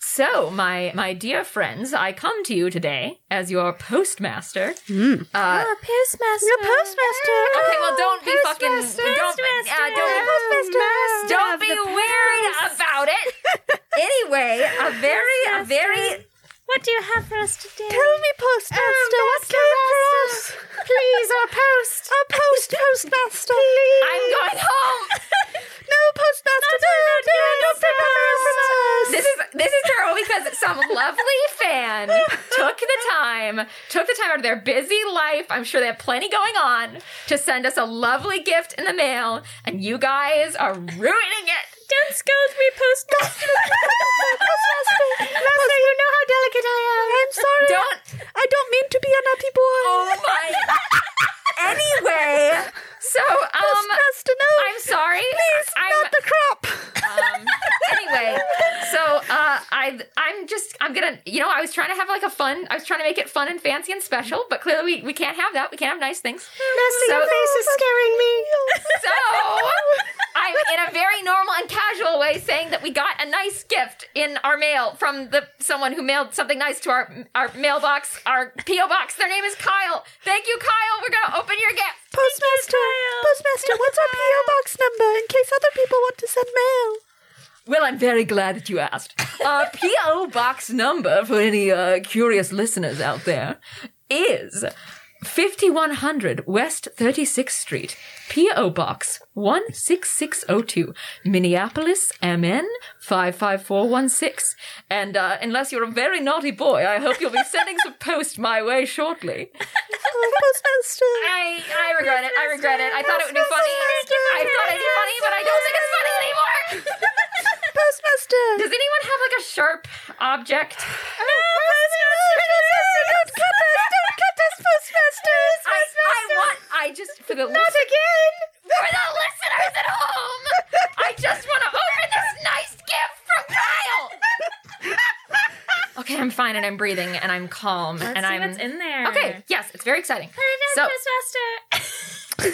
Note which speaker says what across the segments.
Speaker 1: So, my my dear friends, I come to you today as your postmaster. Uh,
Speaker 2: You're a postmaster.
Speaker 3: You're a postmaster.
Speaker 1: okay, well, don't be fucking
Speaker 2: Postmaster.
Speaker 1: don't,
Speaker 3: uh,
Speaker 1: yeah, don't,
Speaker 3: Postmaster.
Speaker 1: don't be weird about it. anyway, a very a very
Speaker 2: What do you have for us today?
Speaker 3: Uh, Tell me, postmaster, what came for us?
Speaker 2: Please, our post.
Speaker 3: Our post, postmaster. Please.
Speaker 1: I'm going home.
Speaker 3: No, postmaster, no, no, no, prepare from us.
Speaker 1: This is this is terrible because some lovely fan took the time, took the time out of their busy life. I'm sure they have plenty going on to send us a lovely gift in the mail, and you guys are ruining it.
Speaker 2: Don't scold me, postmaster.
Speaker 3: postmaster, master, you know how delicate I am. I'm sorry.
Speaker 1: Don't.
Speaker 3: I don't mean to be a naughty boy.
Speaker 1: Oh my. anyway, so um,
Speaker 3: postmaster, no.
Speaker 1: I'm sorry.
Speaker 3: Please,
Speaker 1: I'm,
Speaker 3: not the crop.
Speaker 1: um, anyway, so uh, I I'm just I'm gonna you know I was trying to have like a fun I was trying to make it fun and fancy and special, but clearly we, we can't have that. We can't have nice things.
Speaker 3: Master,
Speaker 1: So-
Speaker 3: your face is scaring me.
Speaker 1: So I'm in a very normal and casual way saying that we got a nice gift in our mail from the someone who mailed something nice to our our mailbox, our PO box. Their name is Kyle. Thank you, Kyle. We're gonna open your gift.
Speaker 3: Postmaster, postmaster, what's our PO box number in case other people want to send mail?
Speaker 1: Well, I'm very glad that you asked. Our PO box number for any uh, curious listeners out there is 5100 West 36th Street, PO Box 16602, Minneapolis, MN 55416. And uh, unless you're a very naughty boy, I hope you'll be sending some post my way shortly.
Speaker 3: Oh, postmaster.
Speaker 1: I, I regret it. I regret it. I thought it would be funny. I thought it'd be funny, but I don't think it's funny anymore.
Speaker 3: Postmaster. Oh,
Speaker 1: Does anyone have like a sharp object?
Speaker 3: Postmaster, don't cut us, don't cut us, postmasters.
Speaker 1: I, I want. I just for the
Speaker 3: Not
Speaker 1: listen-
Speaker 3: again.
Speaker 1: for the listeners at home. I just want to open this nice gift from Kyle. Okay, I'm fine and I'm breathing and I'm calm and
Speaker 2: See
Speaker 1: I'm
Speaker 2: what's in there.
Speaker 1: okay. Yes, it's very exciting. So-
Speaker 2: postmaster.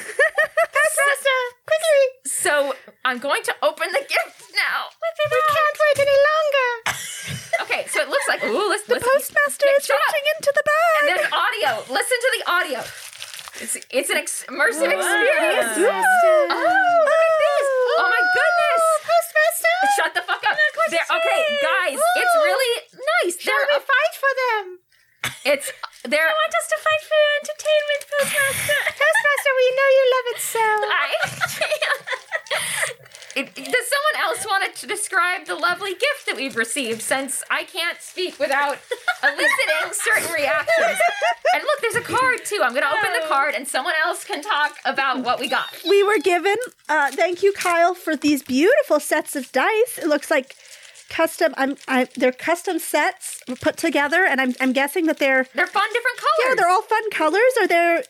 Speaker 3: Postmaster, quickly.
Speaker 1: So I'm going to open the gift now.
Speaker 3: We can't wait any longer.
Speaker 1: Okay, so it looks like ooh, let's
Speaker 3: The postmaster is
Speaker 1: shut up.
Speaker 3: reaching into the bag.
Speaker 1: There's audio. Listen to the audio. It's it's an ex- immersive experience.
Speaker 3: Ooh.
Speaker 1: Oh, look at this. Oh my goodness.
Speaker 3: Postmaster.
Speaker 1: Shut the fuck up. They're, okay, guys, it's
Speaker 3: Ooh.
Speaker 1: really nice.
Speaker 3: Shall
Speaker 1: They're a,
Speaker 3: we fight for them?
Speaker 1: it's they're
Speaker 2: Want us to fight for your entertainment, postmaster?
Speaker 3: Postmaster, we know you love it so.
Speaker 1: I It- does someone else want to describe the lovely gift that we've received since I can't speak without eliciting certain reactions? And look, there's a card too. I'm going to open the card and someone else can talk about what we got.
Speaker 3: We were given, uh, thank you, Kyle, for these beautiful sets of dice. It looks like custom, I'm, I, they're custom sets put together, and I'm, I'm guessing that they're
Speaker 1: They're fun different
Speaker 3: Yeah,
Speaker 1: colors.
Speaker 3: they're all fun colors. Are there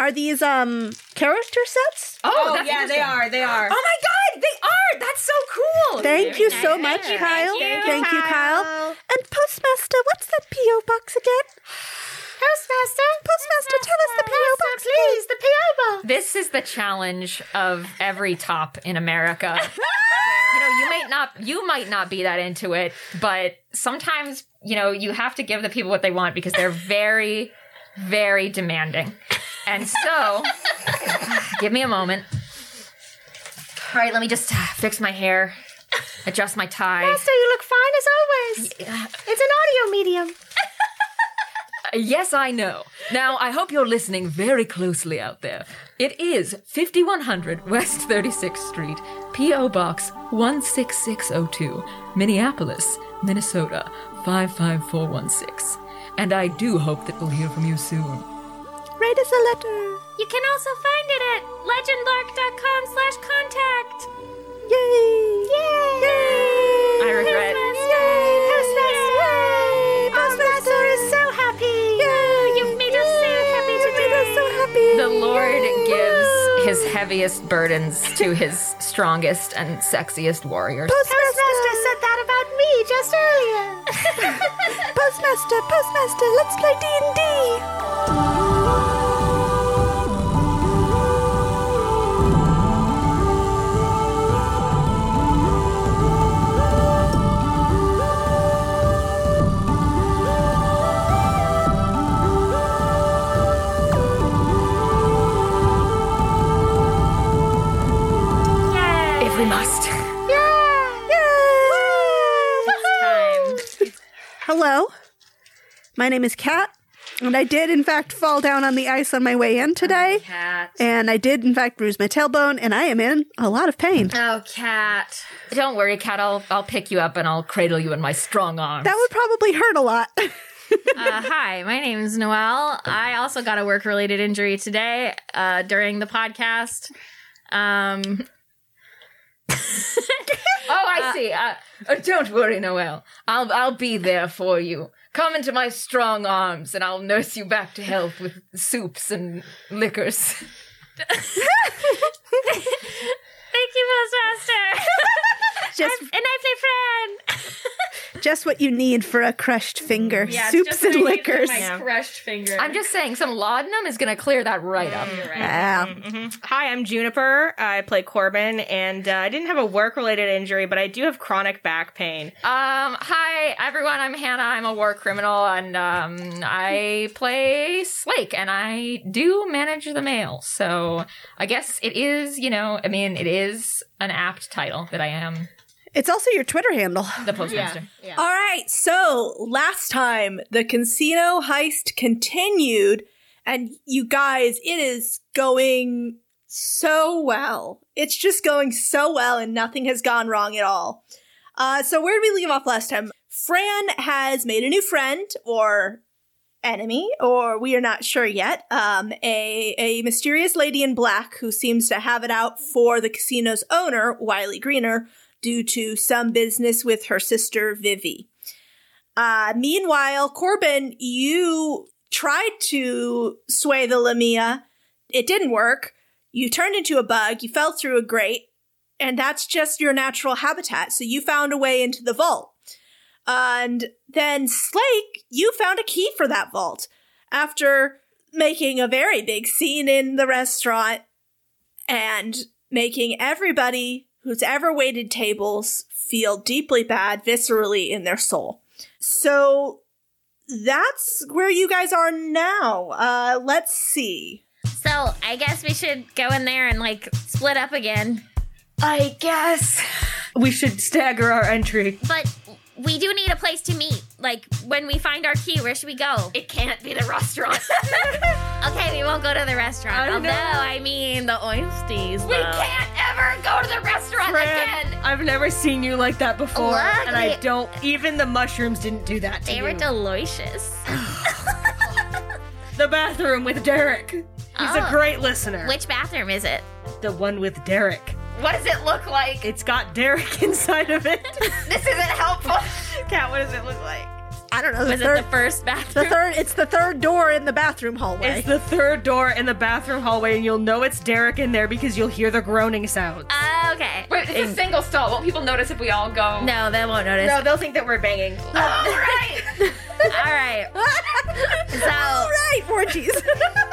Speaker 3: are these um character sets?
Speaker 1: Oh,
Speaker 4: Oh,
Speaker 1: that's
Speaker 4: yeah, they
Speaker 1: interesting.
Speaker 4: are. They
Speaker 2: Uh,
Speaker 4: are.
Speaker 1: Oh my god, they are! That's so cool!
Speaker 3: Thank you so much,
Speaker 2: Thank you,
Speaker 3: Kyle.
Speaker 2: thank you,
Speaker 3: Thank you, Kyle. And Postmaster, what's that PO box again? Postmaster, Postmaster, tell us the PO box, please. The PO box.
Speaker 1: this is the challenge of every top in America. you
Speaker 3: Ah!
Speaker 1: know, you might not you might not be that into it, but sometimes, you know, you have to give the people what they want because they're very, very demanding. And so give me a moment. All right, let me just uh, fix my hair, adjust my tie.
Speaker 3: So you look fine as always. It's an audio medium.
Speaker 1: Yes, I know. Now, I hope you're listening very closely out there. It is 5100 West 36th Street, P.O. Box 16602, Minneapolis, Minnesota 55416. And I do hope that we'll hear from you soon.
Speaker 3: Write us a letter.
Speaker 2: You can also find it at legendlark.com slash contact.
Speaker 3: Yay! Yay! Yay!
Speaker 1: I regret-
Speaker 3: Yay! Postmaster! Yay! Postmaster is so happy. Yay! You've made us so happy today. Made us so happy.
Speaker 1: The Lord gives his heaviest burdens to his strongest and sexiest warriors.
Speaker 3: Postmaster said that about me just earlier. postmaster, postmaster, let's play D and D. hello. My name is Kat, and I did, in fact, fall down on the ice on my way in today.
Speaker 2: Cat.
Speaker 3: And I did, in fact, bruise my tailbone, and I am in a lot of pain.
Speaker 2: Oh, cat.
Speaker 1: Don't worry, Cat. I'll I'll pick you up and I'll cradle you in my strong arms.
Speaker 3: That would probably hurt a lot.
Speaker 2: Uh, hi, my name is Noelle. I also got a work related injury today uh, during the podcast. Um,
Speaker 1: oh, I see. Uh, uh, don't worry, Noel. I'll I'll be there for you. Come into my strong arms, and I'll nurse you back to health with soups and liquors.
Speaker 2: thank you, Postmaster.
Speaker 3: just,
Speaker 2: and I play Fran.
Speaker 3: just what you need for a crushed finger.
Speaker 2: Yeah, it's
Speaker 3: Soups
Speaker 2: just
Speaker 3: and
Speaker 2: what I need for
Speaker 3: liquors.
Speaker 2: My crushed finger.
Speaker 1: I'm just saying, some laudanum is going to clear that right up.
Speaker 3: Yeah.
Speaker 2: Mm-hmm.
Speaker 4: Hi, I'm Juniper. I play Corbin, and uh, I didn't have a work related injury, but I do have chronic back pain.
Speaker 1: Um, hi everyone. I'm Hannah. I'm a war criminal, and um, I play Slake, and I do manage the mail. So I guess it is, you know, I mean, it is an apt title that I am
Speaker 3: It's also your Twitter handle.
Speaker 1: the postmaster.
Speaker 2: yeah.
Speaker 5: All right, so last time the casino heist continued, and you guys, it is going so well. It's just going so well, and nothing has gone wrong at all. Uh, so, where did we leave off last time? Fran has made a new friend or enemy, or we are not sure yet. Um, a, a mysterious lady in black who seems to have it out for the casino's owner, Wiley Greener, due to some business with her sister Vivi. Uh, meanwhile, Corbin, you tried to sway the Lamia. It didn't work. You turned into a bug, you fell through a grate, and that's just your natural habitat. So you found a way into the vault. And then Slake, you found a key for that vault after making a very big scene in the restaurant and making everybody who's ever waited tables feel deeply bad viscerally in their soul. So that's where you guys are now. Uh, let's see.
Speaker 2: So I guess we should go in there and like split up again.
Speaker 1: I guess.
Speaker 4: We should stagger our entry.
Speaker 2: But we do need a place to meet. Like when we find our key, where should we go? It can't be the restaurant. okay, we won't go to the restaurant. Although I mean the oysties. We can't ever go to the restaurant again.
Speaker 4: I've never seen you like that before,
Speaker 2: Look,
Speaker 4: and I
Speaker 2: they-
Speaker 4: don't. Even the mushrooms didn't do that to
Speaker 2: They
Speaker 4: you.
Speaker 2: were delicious.
Speaker 4: the bathroom with Derek. He's
Speaker 2: Oh.
Speaker 4: a great listener.
Speaker 2: Which bathroom is it?
Speaker 4: the one with Derek.
Speaker 1: What does it look like?
Speaker 4: It's got Derek inside of it.
Speaker 1: This isn't helpful.
Speaker 4: Cat, what does it look like?
Speaker 3: I don't know. The
Speaker 2: Was it the
Speaker 3: third,
Speaker 2: first
Speaker 3: the,
Speaker 2: bathroom?
Speaker 3: third. It's the third door in the bathroom hallway.
Speaker 4: It's the third door in the bathroom hallway, and you'll know it's Derek in there because you'll hear the groaning sounds.
Speaker 2: Uh, okay.
Speaker 1: Wait, it's a single stall. Won't people notice if we all go?
Speaker 2: No, they won't notice.
Speaker 4: No, they'll think that we're banging.
Speaker 1: All right.
Speaker 2: All right. So
Speaker 3: right, orgies.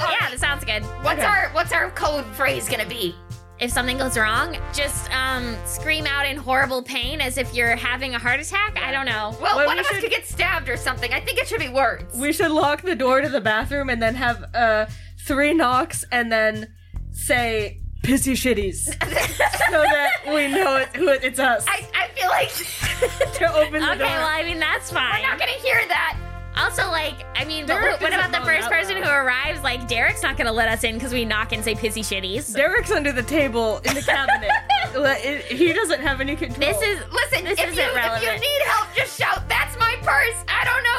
Speaker 2: yeah, that sounds good.
Speaker 1: What's our What's our code phrase gonna be?
Speaker 2: if something goes wrong, just um, scream out in horrible pain as if you're having a heart attack. I don't know.
Speaker 1: Well,
Speaker 4: Well,
Speaker 1: one
Speaker 4: we
Speaker 1: of us
Speaker 4: should-
Speaker 1: could get stabbed or something. I think it should be words.
Speaker 4: We should lock the door to the bathroom and then have uh, three knocks and then say pissy shitties so that we know it, who it, it's us
Speaker 1: I, I feel like
Speaker 4: to open the
Speaker 2: Okay,
Speaker 4: door.
Speaker 2: well, I mean that's fine.
Speaker 1: we're not gonna hear that.
Speaker 2: also, like, I mean, but
Speaker 4: Derek
Speaker 2: what, what
Speaker 4: isn't
Speaker 2: about the
Speaker 4: going
Speaker 2: first
Speaker 4: out
Speaker 2: person who
Speaker 4: loud.
Speaker 2: arrives? Like, Derek's not gonna let us in because we knock and say pissy shitties.
Speaker 4: Derek's under the table in the cabinet. Let- it- he doesn't have any control.
Speaker 2: this is
Speaker 1: Listen,
Speaker 2: This
Speaker 1: if,
Speaker 2: isn't
Speaker 1: you, if you
Speaker 2: relevant.
Speaker 1: need help, just shout, that's my purse, I don't know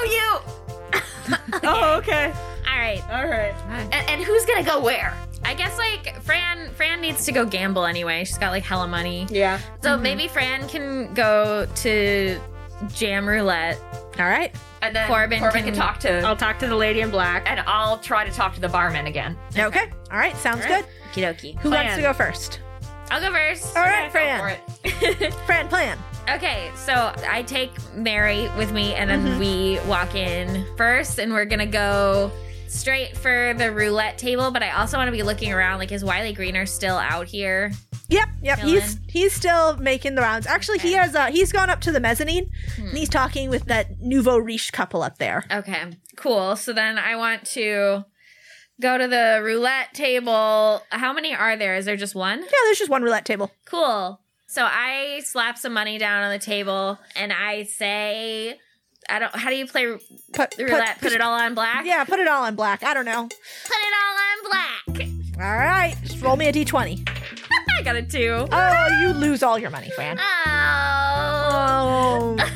Speaker 4: Oh, okay.
Speaker 2: all right.
Speaker 4: All right.
Speaker 1: you. And, and who's gonna go where?
Speaker 2: I guess like Fran, Fran needs to go gamble anyway. She's got like hella money,
Speaker 4: Yeah.
Speaker 2: so
Speaker 3: Mm-hmm.
Speaker 2: maybe Fran can go to jam roulette.
Speaker 5: All right.
Speaker 1: And then
Speaker 2: Corbin
Speaker 1: Corbin,
Speaker 2: can-
Speaker 1: can, talk to,
Speaker 4: I'll talk to the lady in black.
Speaker 1: and I'll try to talk to the barman again.
Speaker 3: okay. All right. Sounds good.
Speaker 5: Kidoki.
Speaker 3: Who wants to go first?
Speaker 2: I'll go first.
Speaker 3: All
Speaker 1: Go for
Speaker 3: right, Fran.
Speaker 1: it.
Speaker 3: Fran, plan.
Speaker 2: Okay, so I take Mary with me and then
Speaker 3: Mm-hmm.
Speaker 2: we walk in first and we're gonna go straight for the roulette table, but I also wanna be looking around like is Wiley Greener still out here?
Speaker 3: Yep, yep.
Speaker 2: Chilling.
Speaker 3: He's he's still making the rounds. Actually, he
Speaker 2: Okay. Hmm.
Speaker 3: has. Uh, he's gone up to the mezzanine. And he's talking with that nouveau riche couple up there.
Speaker 2: Okay, cool. So then I want to go to the roulette table. How many are there? Is there just one?
Speaker 3: Yeah, there's just one roulette table.
Speaker 2: Cool. So I slap some money down on the table and I say, I don't. How do you play r-
Speaker 3: Put, put-
Speaker 2: roulette? Put it all on black.
Speaker 3: yeah, put it all in black. I don't know.
Speaker 2: Put it all on black.
Speaker 3: All right, just roll me a d20.
Speaker 2: I got a two.
Speaker 3: Oh, you lose all your money, Fran.
Speaker 2: Oh.
Speaker 3: Oh,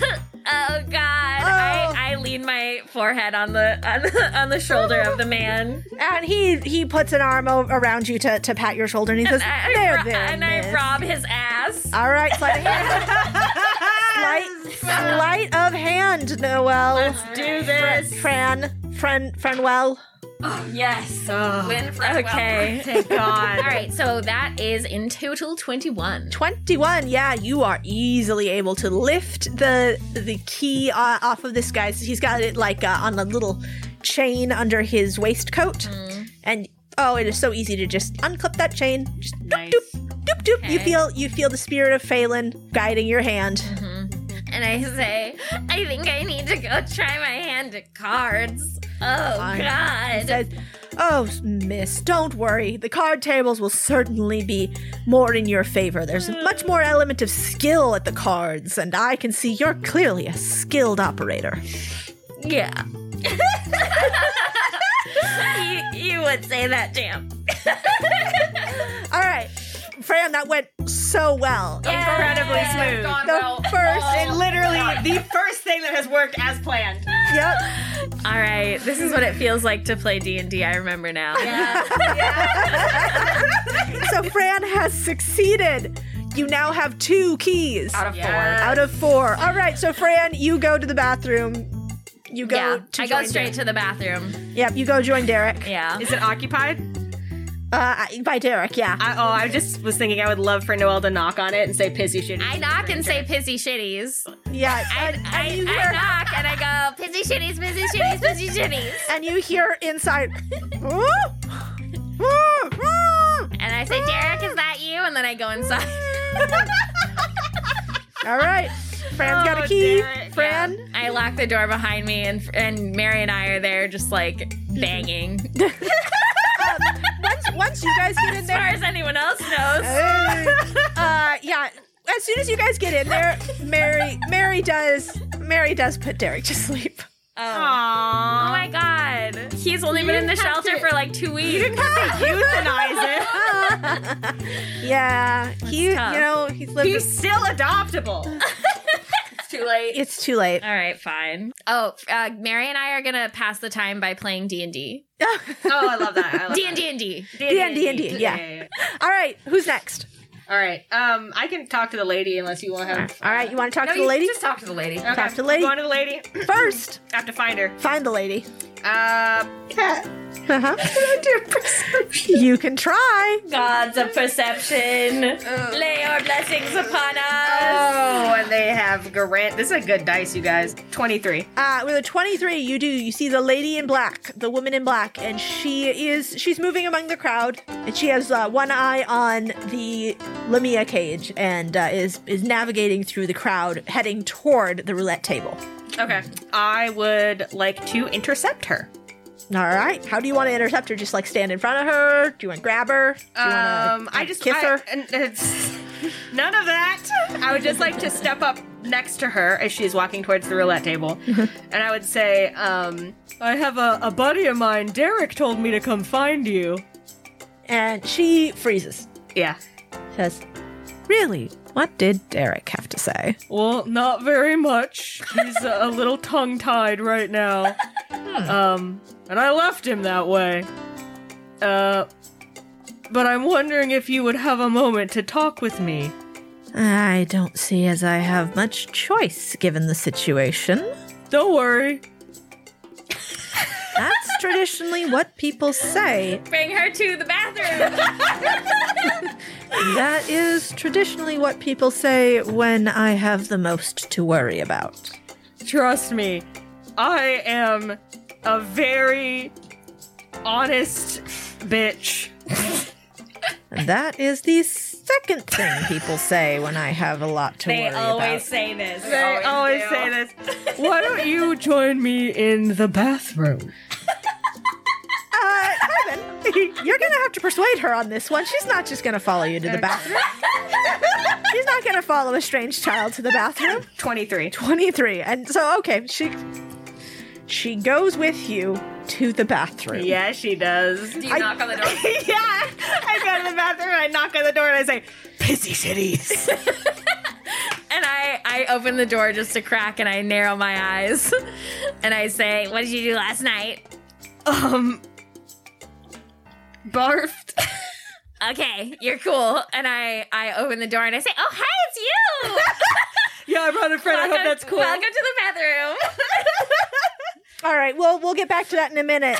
Speaker 2: Oh God! I, I lean my forehead on the on the, on the shoulder of the man,
Speaker 3: and he he puts an arm o- around you to, to pat your shoulder, and he says,
Speaker 2: and I,
Speaker 3: "There,
Speaker 2: ro-
Speaker 3: there,
Speaker 2: and I
Speaker 3: miss."
Speaker 2: rob his ass.
Speaker 3: All right, sleight of hand. sleight, sleight of hand, Noel. Let's
Speaker 4: do this.
Speaker 3: Fran, Fran, Franwell.
Speaker 2: Yes. Win for
Speaker 4: Okay.
Speaker 2: okay.
Speaker 4: Thank God.
Speaker 2: All right. So that is in total twenty-one.
Speaker 3: 21 yeah you are easily able to lift the the key uh, off of this guy's he's got it like uh, on a little chain under his waistcoat and oh it is so easy to just unclip that chain just
Speaker 4: Nice.
Speaker 3: doop doop doop doop you
Speaker 2: Okay.
Speaker 3: feel you feel the spirit of Phelan guiding your hand
Speaker 2: And I say, I think I need to go try my hand at cards. Oh God.
Speaker 3: says oh miss don't worry the card tables will certainly be more in your favor there's much more element of skill at the cards and i can see you're clearly a skilled operator
Speaker 2: yeah. you, you would say that, Jam.
Speaker 3: All right, Fran, that went so well.
Speaker 4: Incredibly smooth.
Speaker 3: The first,
Speaker 4: And literally the first thing that has worked as planned.
Speaker 3: yep.
Speaker 2: All right, this is what it feels like to play D and D. I remember now.
Speaker 3: So Fran has succeeded. You now have two keys
Speaker 1: Out of four.
Speaker 3: out of four. All right, so Fran, you go to the bathroom. You go.
Speaker 2: yeah.
Speaker 3: to
Speaker 2: I go
Speaker 3: join
Speaker 2: straight to the bathroom.
Speaker 3: Derek. Yep, you go join Derek.
Speaker 2: Yeah.
Speaker 4: Is it occupied?
Speaker 3: Uh, by Derek, yeah.
Speaker 4: I, oh, I just was thinking I would love for Noel to knock on it and say pissy shitty.
Speaker 2: I knock and say pissy shitties.
Speaker 3: yeah.
Speaker 2: I,
Speaker 3: and,
Speaker 2: I,
Speaker 3: and you
Speaker 2: I
Speaker 3: hear,
Speaker 2: knock and I go pissy shitties, pissy shitties, pissy shitties.
Speaker 3: and you hear inside. "Woo! Woo! Woo!"
Speaker 2: And I say, Derek, is that you? And then I go inside.
Speaker 3: All right, Fran's got a
Speaker 4: Oh,
Speaker 3: key.
Speaker 4: Derek,
Speaker 3: Fran,
Speaker 2: I lock the door behind me, and and Mary and I are there just like banging. as
Speaker 3: once once you guys get in there,
Speaker 2: far as anyone else knows.
Speaker 3: uh, yeah. As soon as you guys get in there, Mary Mary does Mary does put Derek to sleep.
Speaker 2: Oh my god, he's only been in the shelter for like two weeks.
Speaker 4: euthanize it.
Speaker 3: Yeah, he
Speaker 2: tough.
Speaker 3: you know he's lived.
Speaker 4: He's still adoptable.
Speaker 2: It's too late.
Speaker 3: it's too late.
Speaker 2: All right, fine. Oh, uh, Mary and I are gonna pass the time by playing D and D,
Speaker 4: Oh, I love that. I love
Speaker 2: D and D and D.
Speaker 3: D and D and D. Yeah. All right. Who's next?
Speaker 4: All right. Um, I can talk to the lady unless you want to have.
Speaker 3: All right. You want to talk
Speaker 1: No,
Speaker 3: to the
Speaker 1: you
Speaker 3: lady
Speaker 1: just talk to the lady.
Speaker 4: Okay.
Speaker 3: Talk to the lady.
Speaker 4: Going to the lady.
Speaker 3: first?
Speaker 4: I have to find her.
Speaker 3: Find the lady.
Speaker 4: Uh,
Speaker 3: Uh huh. you can try.
Speaker 2: Gods of perception, lay your blessings upon us.
Speaker 4: oh, and they have Garant. This is a good dice, you guys. Twenty-three.
Speaker 3: Uh, with a 23, you do. You see the lady in black, the woman in black, and she is. She's moving among the crowd, and she has uh, one eye on the Lamia cage, and uh, is is navigating through the crowd, heading toward the roulette table.
Speaker 4: Okay. I would like to intercept her.
Speaker 3: All right. How do you want to intercept her? Just like stand in front of her? Do you want to grab her? Do you
Speaker 4: Um,
Speaker 3: want to
Speaker 4: I just
Speaker 3: kiss
Speaker 4: I-
Speaker 3: her?
Speaker 4: and it's- none of that. I would just like to step up next to her as she's walking towards the roulette table, and I would say, um, "I have a, a buddy of mine. Derek told me to come find you."
Speaker 3: And she freezes.
Speaker 4: Yeah.
Speaker 3: Says, "Really? What did Derek have to say?"
Speaker 4: Well, not very much. He's a little tongue tied right now.
Speaker 3: Hmm.
Speaker 4: Um, and I left him that way. Uh, but I'm wondering if you would have a moment to talk with me.
Speaker 3: I don't see as I have much choice given the situation.
Speaker 4: Don't worry.
Speaker 3: That's traditionally what people say.
Speaker 2: Bring her to the bathroom.
Speaker 3: That is traditionally what people say when I have the most to worry about.
Speaker 4: Trust me, I am a very honest bitch.
Speaker 3: And that is the second thing people say when I have a lot to worry about.
Speaker 2: say this.
Speaker 4: They always, say this. Why don't you join me in the bathroom?
Speaker 3: Uh, Ivan, you're gonna have to persuade her on this one. She's not just gonna follow you to the bathroom. She's not going to follow a strange child to the bathroom.
Speaker 6: 23.
Speaker 3: 23. And so, okay, she she goes with you to the bathroom.
Speaker 6: Yeah, she does.
Speaker 1: Do you knock on the door?
Speaker 6: yeah, I go to the bathroom, I knock on the door, and I say, Pissy shitties.
Speaker 2: And I, I open the door just a crack and I narrow my eyes. And I say, What did you do last night?
Speaker 4: Um, barfed.
Speaker 2: Okay, you're cool. And I, I open the door and I say, Oh, hey, it's you!
Speaker 4: Yeah, I brought a friend. I hope that's cool.
Speaker 2: Welcome to the bathroom.
Speaker 3: All right, well, we'll get back to that in a minute.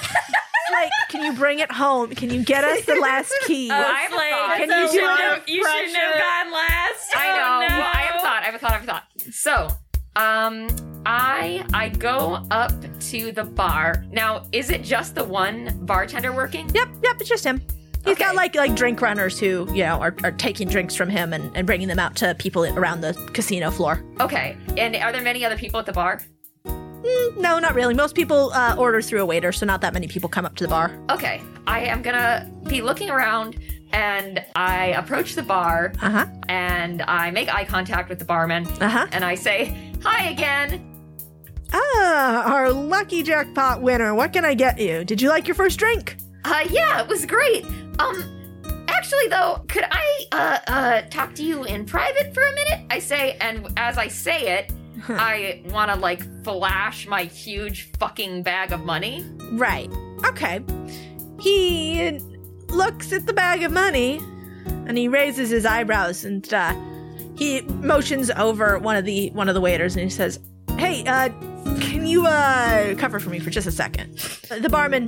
Speaker 3: like, can you bring it home? Can you get us the last key?
Speaker 1: I have a thought.
Speaker 3: Can you do it?
Speaker 2: Uh, you shouldn't have gone last.
Speaker 1: I know.
Speaker 2: Oh, no.
Speaker 1: Well, I have a thought. I have a thought. I have a thought. So, um, I I go up to the bar. Now, is it just the one bartender working?
Speaker 3: Yep, yep, it's just him. He's
Speaker 1: Okay.
Speaker 3: got like like drink runners who you know are, are taking drinks from him and, and bringing them out to people around the casino floor.
Speaker 1: Okay. And are there many other people at the bar?
Speaker 3: Mm, no, not really. Most people uh, order through a waiter, so not that many people come up to the bar.
Speaker 1: Okay. I am gonna be looking around, and I approach the bar,
Speaker 3: Uh huh.
Speaker 1: and I make eye contact with the barman,
Speaker 3: Uh huh.
Speaker 1: and I say, "Hi again."
Speaker 3: Ah, our lucky jackpot winner. What can I get you? Did you like your first drink?
Speaker 1: Uh, yeah, it was great. Um, actually, though, could I uh, uh, talk to you in private for a minute? I say, and as I say it, I want to like flash my huge fucking bag of money.
Speaker 3: Right. Okay. He looks at the bag of money and he raises his eyebrows and uh, he motions over one of the one of the waiters and he says, "Hey, uh, can you uh, cover for me for just a second? The barman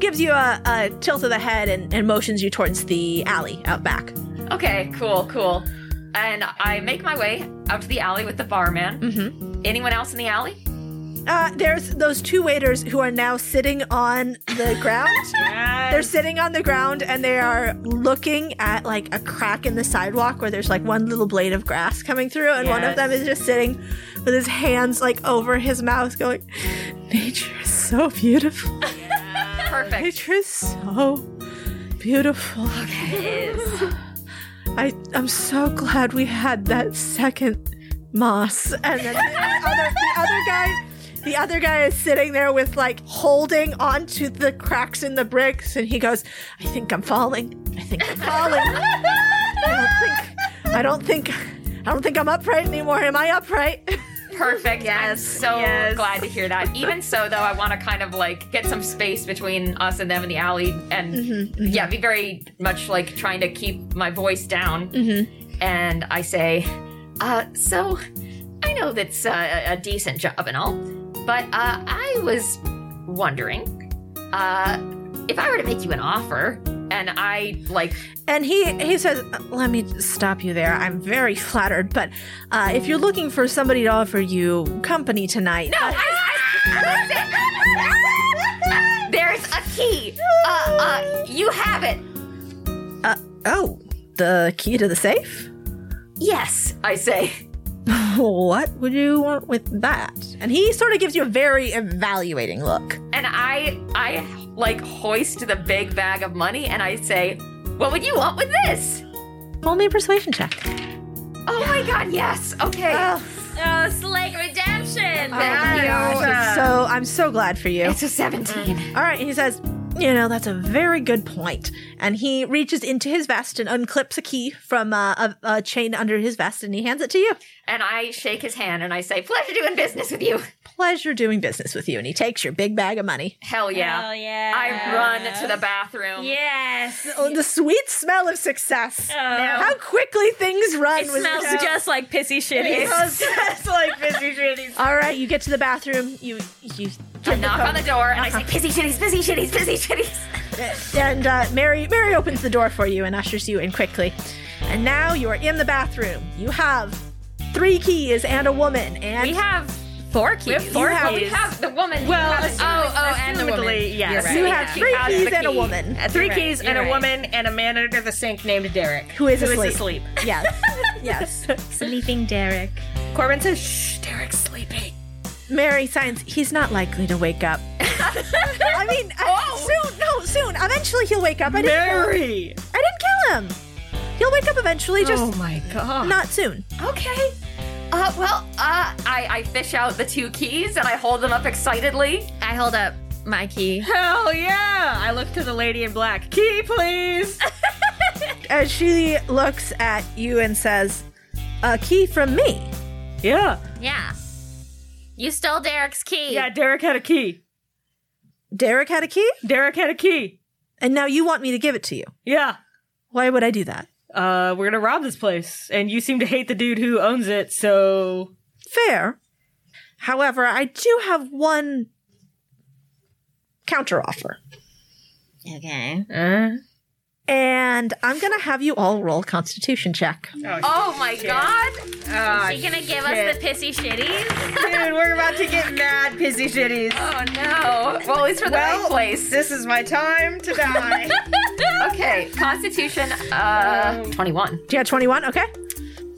Speaker 3: gives you a, a tilt of the head and, and motions you towards the alley out back.
Speaker 1: Okay, cool, cool. And I make my way out to the alley with the barman.
Speaker 3: Mm-hmm.
Speaker 1: Anyone else in the alley?
Speaker 3: Uh, there's those two waiters who are now sitting on the ground. They're sitting on the ground and they are looking at like a crack in the sidewalk where there's like one little blade of grass coming through, and one of them is just sitting with his hands like over his mouth, going, Nature is so beautiful.
Speaker 1: Perfect.
Speaker 3: Nature is so beautiful. I, I'm so glad we had that second moss. And then the other, the other guy. The other guy is sitting there with like holding onto the cracks in the bricks, and he goes, "I think I'm falling. I think I'm falling. I don't think. I don't think. I don't think I'm upright anymore. Am I upright?"
Speaker 1: Perfect. I'm so glad to hear that. Even so, though, I want to kind of like get some space between us and them in the alley, and yeah, be very much like trying to keep my voice down. And I say, uh, so I know that's uh, a decent job and all, but uh, I was wondering uh, if I were to make you an offer, and I like
Speaker 3: And he he says, "Let me stop you there. I'm very flattered, but uh, if you're looking for somebody to offer you company tonight,
Speaker 1: No, I, I, listen. There's a key. Uh, uh, you have it.
Speaker 3: uh, oh, the key to the safe.
Speaker 1: Yes, I say.
Speaker 3: What would you want with that?" And he sort of gives you a very evaluating look.
Speaker 1: And I, I like hoist the big bag of money, and I say, "What would you want with this?"
Speaker 3: Roll me a persuasion check.
Speaker 1: Oh my God! Yes. Okay.
Speaker 2: Oh, Slake Redemption.
Speaker 3: So I'm so glad for you.
Speaker 1: Oh, it's a seventeen.
Speaker 3: All right, and he says, "You know, that's a very good point." And he reaches into his vest and unclips a key from uh, a, a chain under his vest, and he hands it to you.
Speaker 1: And I shake his hand, and I say, "Pleasure doing business with you."
Speaker 3: pleasure doing business with you. And he takes your big bag of money.
Speaker 1: Hell yeah!
Speaker 2: Hell yeah.
Speaker 1: I run to the bathroom.
Speaker 2: Yes.
Speaker 3: Oh, the sweet smell of success. How quickly things run.
Speaker 2: It
Speaker 3: with
Speaker 2: smells
Speaker 3: success. Oh,
Speaker 2: just like pissy shitties.
Speaker 6: That's like Pissy shitties.
Speaker 3: All right, you get to the bathroom. You you
Speaker 1: I knock on the door, and I say, "Pissy shitties, pissy shitties, pissy shitties."
Speaker 3: and uh, Mary Mary opens the door for you and ushers you in quickly. And now you are in the bathroom. You have three keys and a woman. And
Speaker 2: we have four keys. We have
Speaker 3: four
Speaker 1: We
Speaker 3: keys.
Speaker 1: have the woman. who
Speaker 6: Well,
Speaker 1: has-
Speaker 2: Oh, oh, and the woman.
Speaker 6: Assumedly, yes.
Speaker 2: You're
Speaker 3: you
Speaker 2: right.
Speaker 3: have
Speaker 2: Yeah.
Speaker 3: three
Speaker 6: Out of the
Speaker 3: keys and a
Speaker 6: key.
Speaker 3: woman
Speaker 6: Uh, Three
Speaker 2: You're right,
Speaker 6: keys and
Speaker 2: you're
Speaker 6: a
Speaker 2: right.
Speaker 6: woman and a man under the sink named Derek.
Speaker 3: who is
Speaker 6: Who
Speaker 3: asleep.
Speaker 6: is asleep.
Speaker 3: Yes, yes.
Speaker 2: Sleeping Derek.
Speaker 6: Corbin says, shh, Derek's sleeping.
Speaker 3: Mary signs he's not likely to wake up. I mean, I- soon, no, soon. Eventually he'll wake up. I didn't,
Speaker 6: Mary!
Speaker 3: I didn't kill him. He'll wake up eventually, just
Speaker 4: oh my god.
Speaker 3: not soon.
Speaker 1: Okay. Uh, well, uh, I, I fish out the two keys and I hold them up excitedly.
Speaker 2: I hold up my key.
Speaker 4: Hell yeah! I look to the lady in black. Key, please!
Speaker 3: As she looks at you and says, "A key from me."
Speaker 4: yeah.
Speaker 2: Yeah. You stole Derek's key.
Speaker 4: Yeah, Derek had a key.
Speaker 3: Derek had a key,
Speaker 4: Derek had a key.
Speaker 3: and now you want me to give it to you.
Speaker 4: Yeah.
Speaker 3: Why would I do that?
Speaker 4: Uh, we're gonna rob this place. And you seem to hate the dude who owns it, so.
Speaker 3: Fair. However, I do have one counteroffer,
Speaker 2: Okay.
Speaker 4: Uh,
Speaker 3: and I'm gonna have you all roll Constitution check.
Speaker 1: Oh my god.
Speaker 2: She gonna give us the pissy shitties?
Speaker 6: Dude, we're about to get mad pissy shitties.
Speaker 1: Oh no. Well, it's for the
Speaker 6: Well,
Speaker 1: right place.
Speaker 6: This is my time to die.
Speaker 1: Okay. Constitution uh 21.
Speaker 3: Do you have 21? Okay.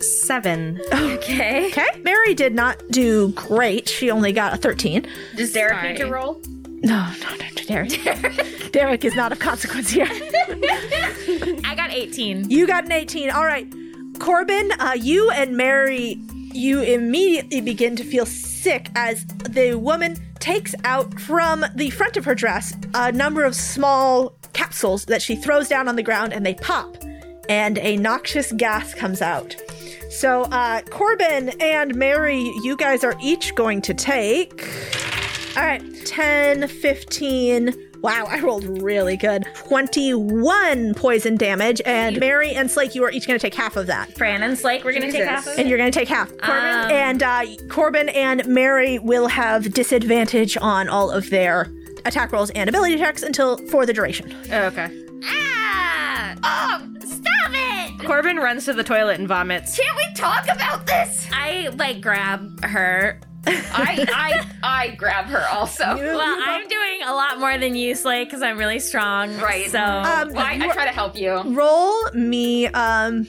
Speaker 4: seven.
Speaker 1: Okay.
Speaker 3: Okay. Mary did not do great. She only got a 13.
Speaker 6: Does Derek need to roll?
Speaker 3: No, no, no, no, Derek. Derek. is not of consequence here.
Speaker 2: I got 18.
Speaker 3: You got an 18. All right. Corbin, uh, you and Mary, you immediately begin to feel sick as the woman takes out from the front of her dress a number of small capsules that she throws down on the ground and they pop, and a noxious gas comes out. So, uh, Corbin and Mary, you guys are each going to take. All right, 10, 15. Wow, I rolled really good. 21 poison damage, and Mary and Slake, you are each going to take half of that.
Speaker 2: Fran and Slake, we're gonna take half of it.
Speaker 3: And you're going to take half. Corbin and uh, Corbin and Mary will have disadvantage on all of their attack rolls and ability checks until for the duration.
Speaker 4: Okay.
Speaker 2: Ah! Oh, stop it!
Speaker 4: Corbin runs to the toilet and vomits.
Speaker 2: Can't we talk about this? I like grab her.
Speaker 1: I I I grab her also.
Speaker 2: Well, I'm doing a lot more than you, Slake, because I'm really strong.
Speaker 1: Right.
Speaker 2: So,
Speaker 3: Um,
Speaker 1: Why I try to help you.
Speaker 3: roll me um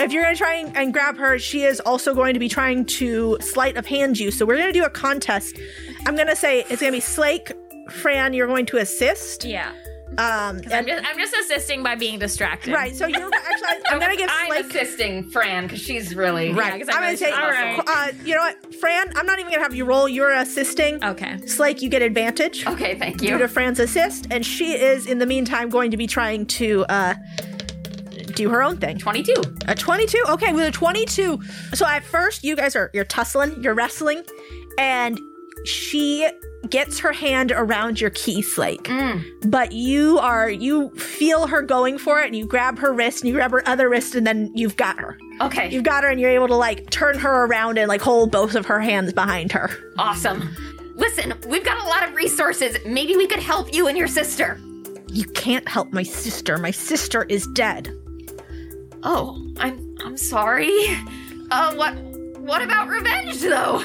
Speaker 3: if you're gonna try and, and grab her she is also going to be trying to sleight of hand you so we're gonna do a contest i'm gonna say it's gonna be slake fran you're going to assist
Speaker 2: yeah.
Speaker 3: um
Speaker 2: I'm
Speaker 3: and-
Speaker 2: just, I'm just assisting by being distracted.
Speaker 3: right so you're actually I- i'm gonna give
Speaker 1: I'm
Speaker 3: slake
Speaker 1: assisting Fran because she's really
Speaker 3: right
Speaker 2: 'cause
Speaker 3: i'm
Speaker 2: I'm
Speaker 3: gonna say
Speaker 2: really strong.
Speaker 3: uh, you know what fran i'm not even gonna have you roll you're assisting
Speaker 2: Okay.
Speaker 3: slake you get advantage
Speaker 1: Okay, thank
Speaker 3: due to
Speaker 1: you.
Speaker 3: fran's assist and she is in the meantime going to be trying to uh do her own thing
Speaker 1: 22.
Speaker 3: A 22? Okay, with a 22. So at first, you guys are, you're tussling, you're wrestling, and she gets her hand around your key slake. But you are, you feel her going for it, and you grab her wrist, and you grab her other wrist, and then you've got her.
Speaker 1: Okay.
Speaker 3: You've got her, and you're able to like turn her around and like hold both of her hands behind her.
Speaker 1: Awesome. Listen, we've got a lot of resources. Maybe we could help you and your sister.
Speaker 3: You can't help my sister. My sister is dead.
Speaker 1: Oh, I'm I'm sorry. Uh what what about revenge though?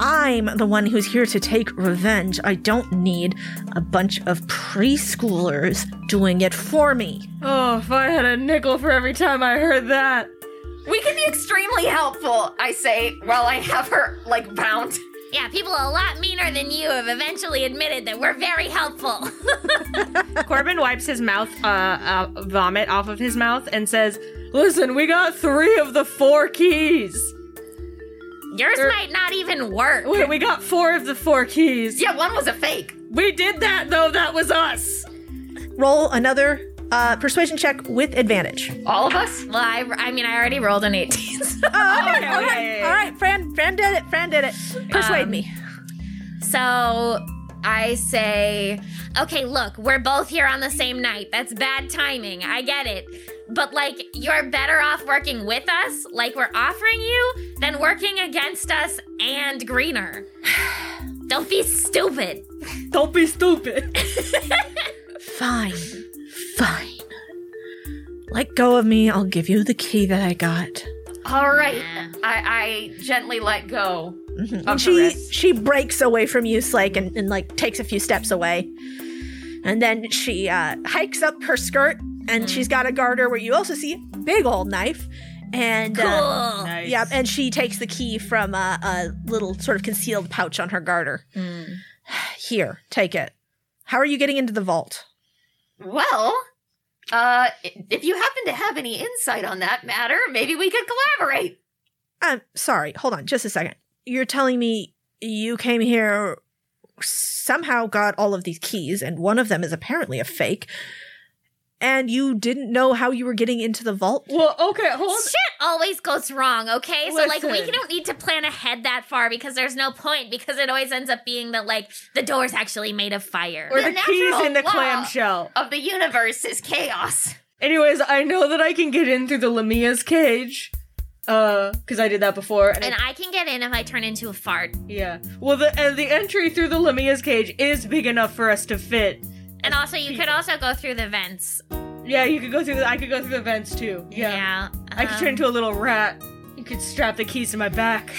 Speaker 3: I'm the one who's here to take revenge. I don't need a bunch of preschoolers doing it for me.
Speaker 4: Oh, if I had a nickel for every time I heard that.
Speaker 1: We can be extremely helpful, I say, while I have her like bound.
Speaker 2: Yeah, people a lot meaner than you have eventually admitted that we're very helpful.
Speaker 4: Corbin wipes his mouth, uh, uh, vomit off of his mouth, and says, Listen, we got three of the four keys.
Speaker 2: Yours might not even work.
Speaker 4: Wait, we got four of the four keys.
Speaker 1: Yeah, one was a fake.
Speaker 4: We did that, though. That was us.
Speaker 3: Roll another uh, persuasion check with advantage.
Speaker 1: All of us?
Speaker 2: Well, I, I mean, I already rolled an 18. so-
Speaker 3: all right, all right, Fran, Fran did it. Fran did it. Persuade me.
Speaker 2: so I say, okay, look, we're both here on the same night. That's bad timing. I get it. But, like, you're better off working with us, like we're offering you, than working against us and Greener. Don't be stupid.
Speaker 4: Don't be stupid.
Speaker 3: Fine, fine. Let go of me. I'll give you the key that I got.
Speaker 1: All right. I, I gently let go.
Speaker 3: And she she breaks away from you, Slake, and, and like takes a few steps away. And then she uh, hikes up her skirt, and she's got a garter where you also see big old knife. And uh,
Speaker 2: Ugh.
Speaker 4: nice.
Speaker 3: yeah, and she takes the key from uh, a little sort of concealed pouch on her garter. Here, take it. How are you getting into the vault?
Speaker 1: Well,
Speaker 2: Uh, if you happen to have any insight on that matter, maybe we could collaborate.
Speaker 3: I'm Um, sorry. Hold on just a second. You're telling me you came here, somehow got all of these keys, and one of them is apparently a fake, and you didn't know how you were getting into the vault?
Speaker 4: Well, okay, hold.
Speaker 2: Shit always goes wrong, okay? So like we
Speaker 4: Listen.
Speaker 2: don't need to plan ahead that far because there's no point because it always ends up being that like the door's actually made of fire.
Speaker 4: Or the, keys
Speaker 2: natural
Speaker 4: in the
Speaker 2: law
Speaker 4: clamshell.
Speaker 2: Of the universe is chaos.
Speaker 4: Anyways, I know that I can get in through the Lamia's cage. Uh, because I did that before. And,
Speaker 2: And
Speaker 4: it-
Speaker 2: I can get in if I turn into a fart.
Speaker 4: yeah. Well, the and the entry through the Lamia's cage is big enough for us to fit.
Speaker 2: And also you could also go through the vents.
Speaker 4: Yeah, you could go through. The, I could go through the vents too. Yeah.
Speaker 2: Yeah.
Speaker 4: I could turn into a little rat. Um, You could strap the keys to my back.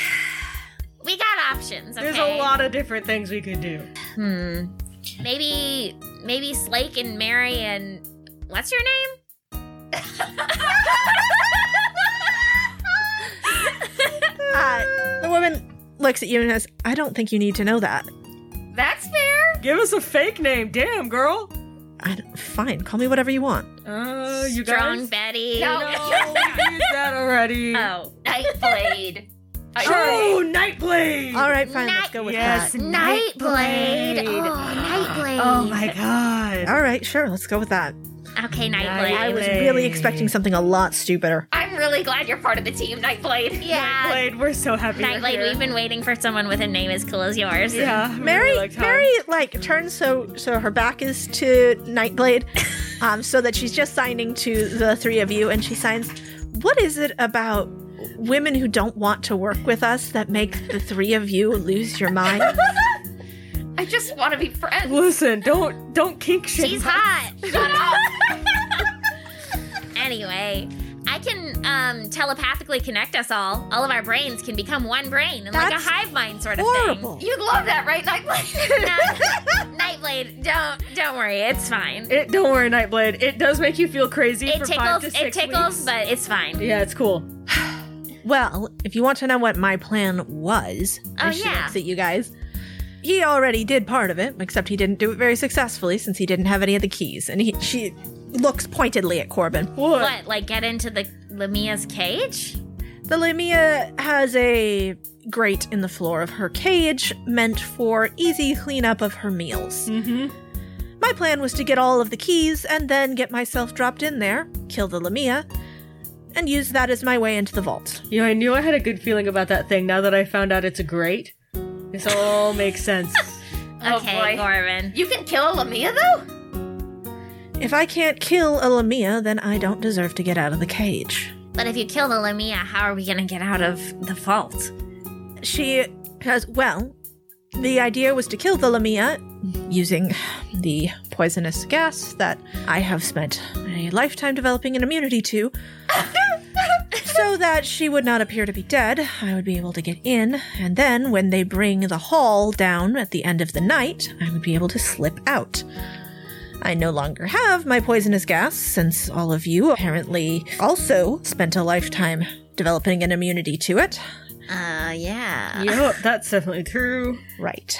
Speaker 2: We got options, okay?
Speaker 4: There's a lot of different things we could do.
Speaker 1: Hmm.
Speaker 2: Maybe maybe Slake and Mary and what's your name?
Speaker 3: Uh, the woman looks at you and says, I don't think you need to know that.
Speaker 2: That's fair.
Speaker 4: Give us a fake name, damn girl.
Speaker 3: I don't- fine, call me whatever you want.
Speaker 4: Uh, you
Speaker 2: Strong
Speaker 4: guys.
Speaker 2: Betty.
Speaker 4: No, we used that already.
Speaker 2: Oh, Nightblade.
Speaker 4: oh, Nightblade.
Speaker 3: All right, fine, let's go with
Speaker 4: yes,
Speaker 3: that.
Speaker 2: Nightblade.
Speaker 4: Nightblade.
Speaker 2: Oh, Nightblade.
Speaker 4: Oh my god.
Speaker 3: All right, sure, let's go with that.
Speaker 2: Okay,
Speaker 4: I
Speaker 2: Nightblade.
Speaker 4: was-
Speaker 3: Really expecting something a lot stupider.
Speaker 2: I'm really glad you're part of the team, Nightblade. Yeah.
Speaker 4: Blade, we're so happy. you're
Speaker 2: Nightblade,
Speaker 4: here.
Speaker 2: we've been waiting for someone with a name as cool as yours.
Speaker 4: Yeah. we
Speaker 3: Mary,
Speaker 4: really liked how-
Speaker 3: Mary, like turns so so her back is to Nightblade, um, so that she's just signing to the three of you, and she signs. What is it about women who don't want to work with us that make the three of you lose your mind?
Speaker 2: I just want to be friends.
Speaker 4: Listen, don't don't kink shame.
Speaker 2: She's hot. Shut up. anyway, I can um, telepathically connect us all. All of our brains can become one brain, and like a
Speaker 3: That's
Speaker 2: hive mind sort of
Speaker 3: horrible.
Speaker 2: thing. You'd love that, right, Nightblade? no, Nightblade, don't don't worry, it's fine. It,
Speaker 4: It don't worry, Nightblade. It does make you feel crazy for
Speaker 2: tickles,
Speaker 4: five to
Speaker 2: it
Speaker 4: six
Speaker 2: tickles,
Speaker 4: weeks.
Speaker 2: but it's fine.
Speaker 4: Yeah, it's cool.
Speaker 3: Well, if you want to know what my plan was,
Speaker 2: Oh,
Speaker 3: and she
Speaker 2: yeah.
Speaker 3: looks at you guys. He already did part of it, except he didn't do it very successfully since he didn't have any of the keys. And he, she looks pointedly at Corbin.
Speaker 4: What?
Speaker 2: What, like get into the Lamia's cage?
Speaker 3: The Lumia has a grate in the floor of her cage meant for easy cleanup of her meals.
Speaker 4: Mm-hmm.
Speaker 3: My plan was to get all of the keys and then get myself dropped in there, kill the Lumia, and use that as my way into the vault.
Speaker 4: You know, I knew I had a good feeling about that thing. Now that I found out it's a great, this all makes sense.
Speaker 2: Okay,
Speaker 6: boy.
Speaker 2: Gorvin. You can kill a Lamia though?
Speaker 3: If I can't kill a Lumia, then I don't deserve to get out of the cage.
Speaker 2: But if you kill the Lamia, how are we gonna get out of the vault?
Speaker 3: She says, Well, the idea was to kill the Lamia using the poisonous gas that I have spent a lifetime developing an immunity to. so that she would not appear to be dead, I would be able to get in, and then when they bring the hall down at the end of the night, I would be able to slip out. I no longer have my poisonous gas since all of you apparently also spent a lifetime developing an immunity to it.
Speaker 2: Uh, yeah.
Speaker 4: yep, that's definitely true.
Speaker 3: Right.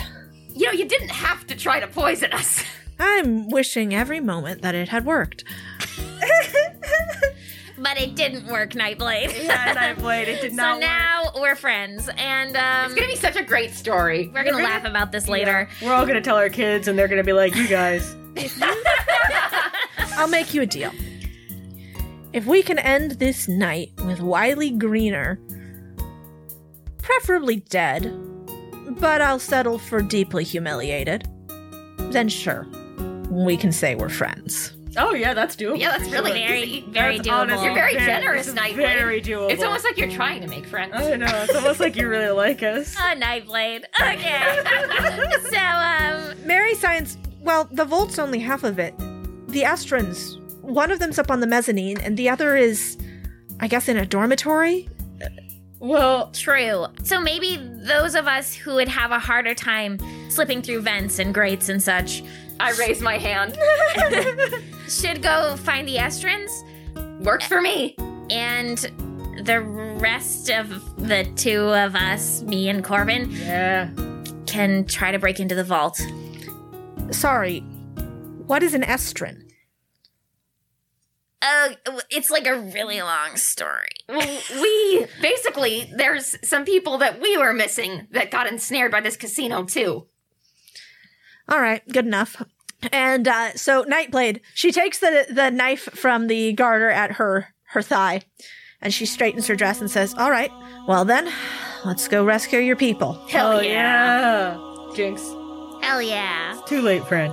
Speaker 2: You know, you didn't have to try to poison us.
Speaker 3: I'm wishing every moment that it had worked.
Speaker 2: But it didn't work, Nightblade.
Speaker 4: Nightblade, it did
Speaker 2: so now we're friends, and um,
Speaker 6: It's gonna be such a great story.
Speaker 2: we're gonna laugh about this later.
Speaker 4: We're all gonna tell our kids, and they're gonna be like, "You guys,
Speaker 3: I'll make you a deal. If we can end this night with Wiley Greener, preferably dead, but I'll settle for deeply humiliated, then sure, we can say we're friends.
Speaker 4: oh yeah, that's doable."
Speaker 6: Yeah, that's really
Speaker 2: Very, very
Speaker 4: That's
Speaker 2: doable.
Speaker 4: honestly
Speaker 6: You're very generous,
Speaker 4: it's
Speaker 6: Nightblade.
Speaker 4: Very doable.
Speaker 6: It's almost like you're trying to make friends.
Speaker 4: I know. It's almost like you really like us.
Speaker 2: Oh, Nightblade. Okay. so, um,
Speaker 3: Mary Science, well, the Volt's only half of it. The Astrons, one of them's up on the mezzanine, and the other is, I guess, in a dormitory?
Speaker 4: Well,
Speaker 2: true. So maybe those of us who would have a harder time slipping through vents and grates and such
Speaker 6: I raise my hand.
Speaker 2: should go find the Estrins,
Speaker 6: Works for me.
Speaker 2: and the rest of the two of us, me and Corbin,
Speaker 4: yeah.
Speaker 2: can try to break into the vault.
Speaker 3: Sorry, what is an Estrin?
Speaker 2: Uh, it's like a really long story.
Speaker 1: Well, we basically there's some people that we were missing that got ensnared by this casino too.
Speaker 7: All right, good enough. And uh, so Nightblade, she takes the the knife from the garter at her her thigh, and she straightens her dress and says, "All right, well then, let's go rescue your people."
Speaker 1: Hell
Speaker 4: oh
Speaker 1: yeah.
Speaker 4: yeah. Jinx.
Speaker 2: Hell yeah.
Speaker 4: Too late, friend.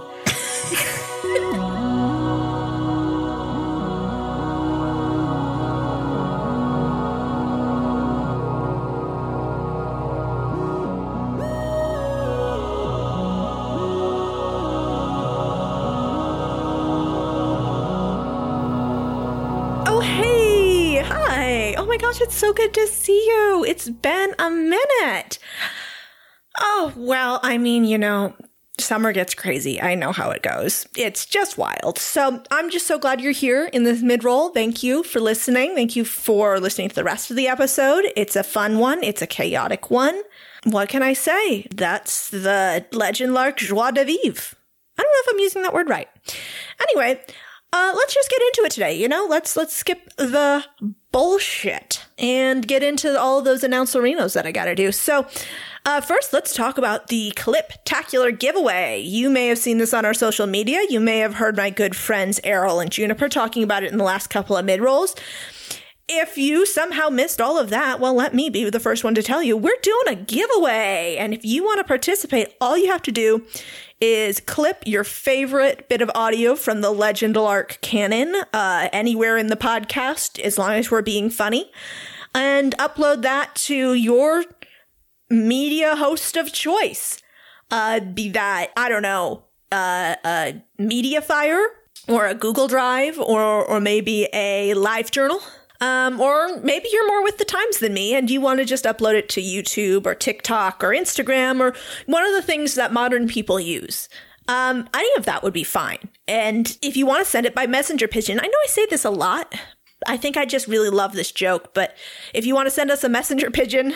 Speaker 3: Oh, hey! Hi! Oh my gosh, it's so good to see you! It's been a minute! Oh, well, I mean, you know, summer gets crazy. I know how it goes. It's just wild. So I'm just so glad you're here in this mid roll. Thank you for listening. Thank you for listening to the rest of the episode. It's a fun one, it's a chaotic one. What can I say? That's the Legend Lark joie de vivre. I don't know if I'm using that word right. Anyway, uh, let's just get into it today. You know, let's let's skip the bullshit and get into all those announcerinos that I got to do. So, uh, first, let's talk about the clip tacular giveaway. You may have seen this on our social media. You may have heard my good friends Errol and Juniper talking about it in the last couple of mid rolls. If you somehow missed all of that, well, let me be the first one to tell you we're doing a giveaway. And if you want to participate, all you have to do is clip your favorite bit of audio from the Legend Arc canon uh, anywhere in the podcast, as long as we're being funny, and upload that to your media host of choice. Uh, be that, I don't know, uh, a Mediafire or a Google Drive or, or maybe a live journal. Um, or maybe you're more with the times than me and you want to just upload it to YouTube or TikTok or Instagram or one of the things that modern people use. Um, any of that would be fine. And if you want to send it by messenger pigeon, I know I say this a lot. I think I just really love this joke, but if you want to send us a messenger pigeon,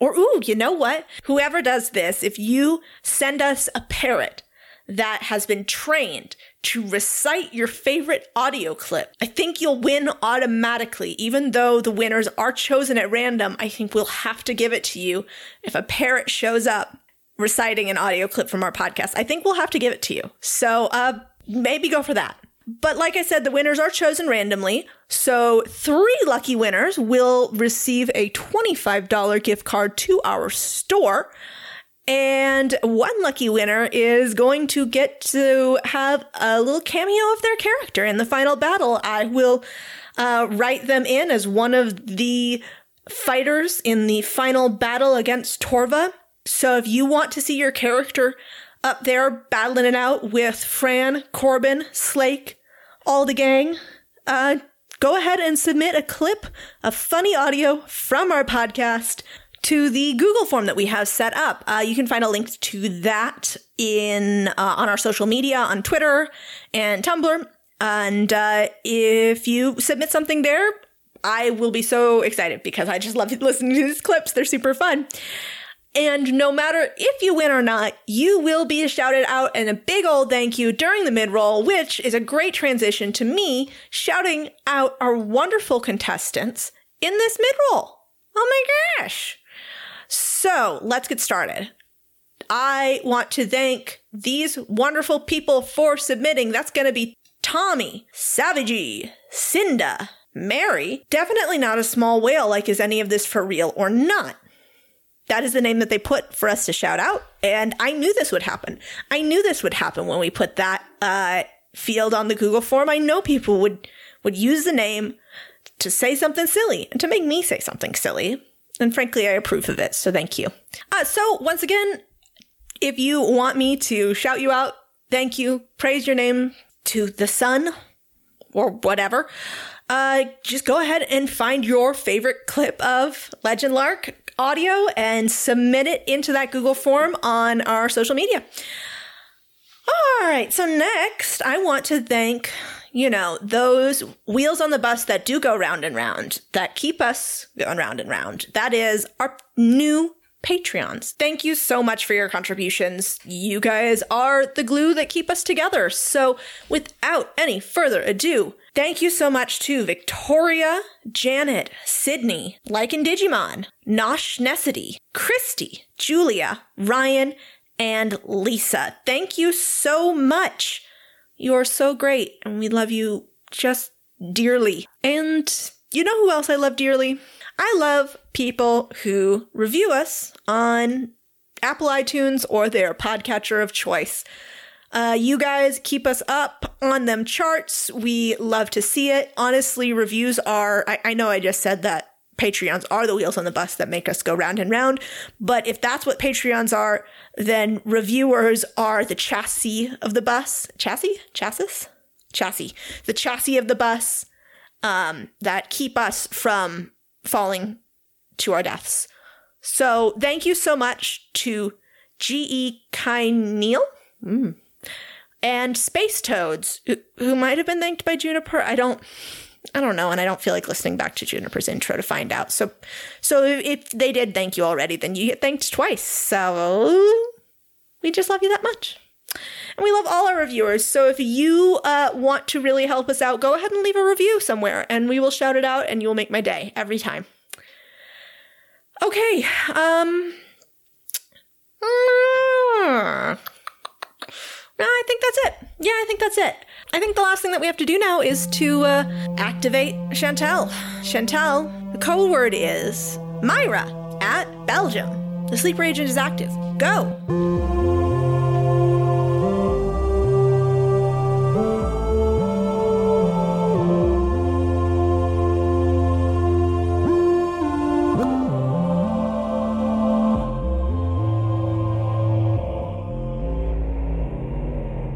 Speaker 3: or ooh, you know what? Whoever does this, if you send us a parrot that has been trained to recite your favorite audio clip, I think you'll win automatically. Even though the winners are chosen at random, I think we'll have to give it to you if a parrot shows up reciting an audio clip from our podcast. I think we'll have to give it to you. So, uh, maybe go for that. But like I said, the winners are chosen randomly. So, three lucky winners will receive a $25 gift card to our store. And one lucky winner is going to get to have a little cameo of their character in the final battle. I will uh, write them in as one of the fighters in the final battle against Torva. So if you want to see your character up there battling it out with Fran, Corbin, Slake, all the gang, uh, go ahead and submit a clip of funny audio from our podcast to the Google form that we have set up. Uh, you can find a link to that in uh, on our social media on Twitter and Tumblr. And uh, if you submit something there, I will be so excited because I just love listening to these clips. They're super fun. And no matter if you win or not, you will be shouted out and a big old thank you during the mid roll, which is a great transition to me shouting out our wonderful contestants in this mid roll. Oh my gosh. So let's get started. I want to thank these wonderful people for submitting. That's going to be Tommy, Savagey, Cinda, Mary. Definitely not a small whale like is any of this for real or not. That is the name that they put for us to shout out. And I knew this would happen. I knew this would happen when we put that uh, field on the Google form. I know people would would use the name to say something silly and to make me say something silly. And frankly, I approve of it. So thank you. Uh, so once again, if you want me to shout you out, thank you, praise your name to the sun or whatever, uh, just go ahead and find your favorite clip of Legend Lark audio and submit it into that Google form on our social media. All right, so next, I want to thank, you know, those wheels on the bus that do go round and round, that keep us going round and round. That is our new
Speaker 8: Patreons. Thank you so much for your contributions. You guys are the glue that keep us together. So, without any further ado, thank you so much to Victoria, Janet, Sydney, Like in Digimon, Nosh Nessity, Christy, Julia, Ryan, and Lisa. Thank you so much. You are so great, and we love you just dearly. And you know who else I love dearly? I love people who review us on Apple iTunes or their podcatcher of choice. Uh, you guys keep us up on them charts. We love to see it. Honestly, reviews are, I, I know I just said that Patreons are the wheels on the bus that make us go round and round, but if that's what Patreons are, then reviewers are the chassis of the bus. Chassis? Chassis? Chassis. The chassis of the bus um, that keep us from falling to our deaths. So thank you so much to E G.E. Kyneal and Space Toads, who, who might have been thanked by Juniper. I don't, I don't know, and I don't feel like listening back to Juniper's intro to find out. So, so if, if they did thank you already, then you get thanked twice. So we just love you that much. And we love all our reviewers. So if you uh, want to really help us out, go ahead and leave a review somewhere, and we will shout it out, and you will make my day every time. Okay. Um. mm, no, Uh, I think that's it. Yeah, I think that's it. I think the last thing that we have to do now is to uh, activate Chantel. Chantel, the code word is Myra at Belgium. The sleeper agent is active. Go.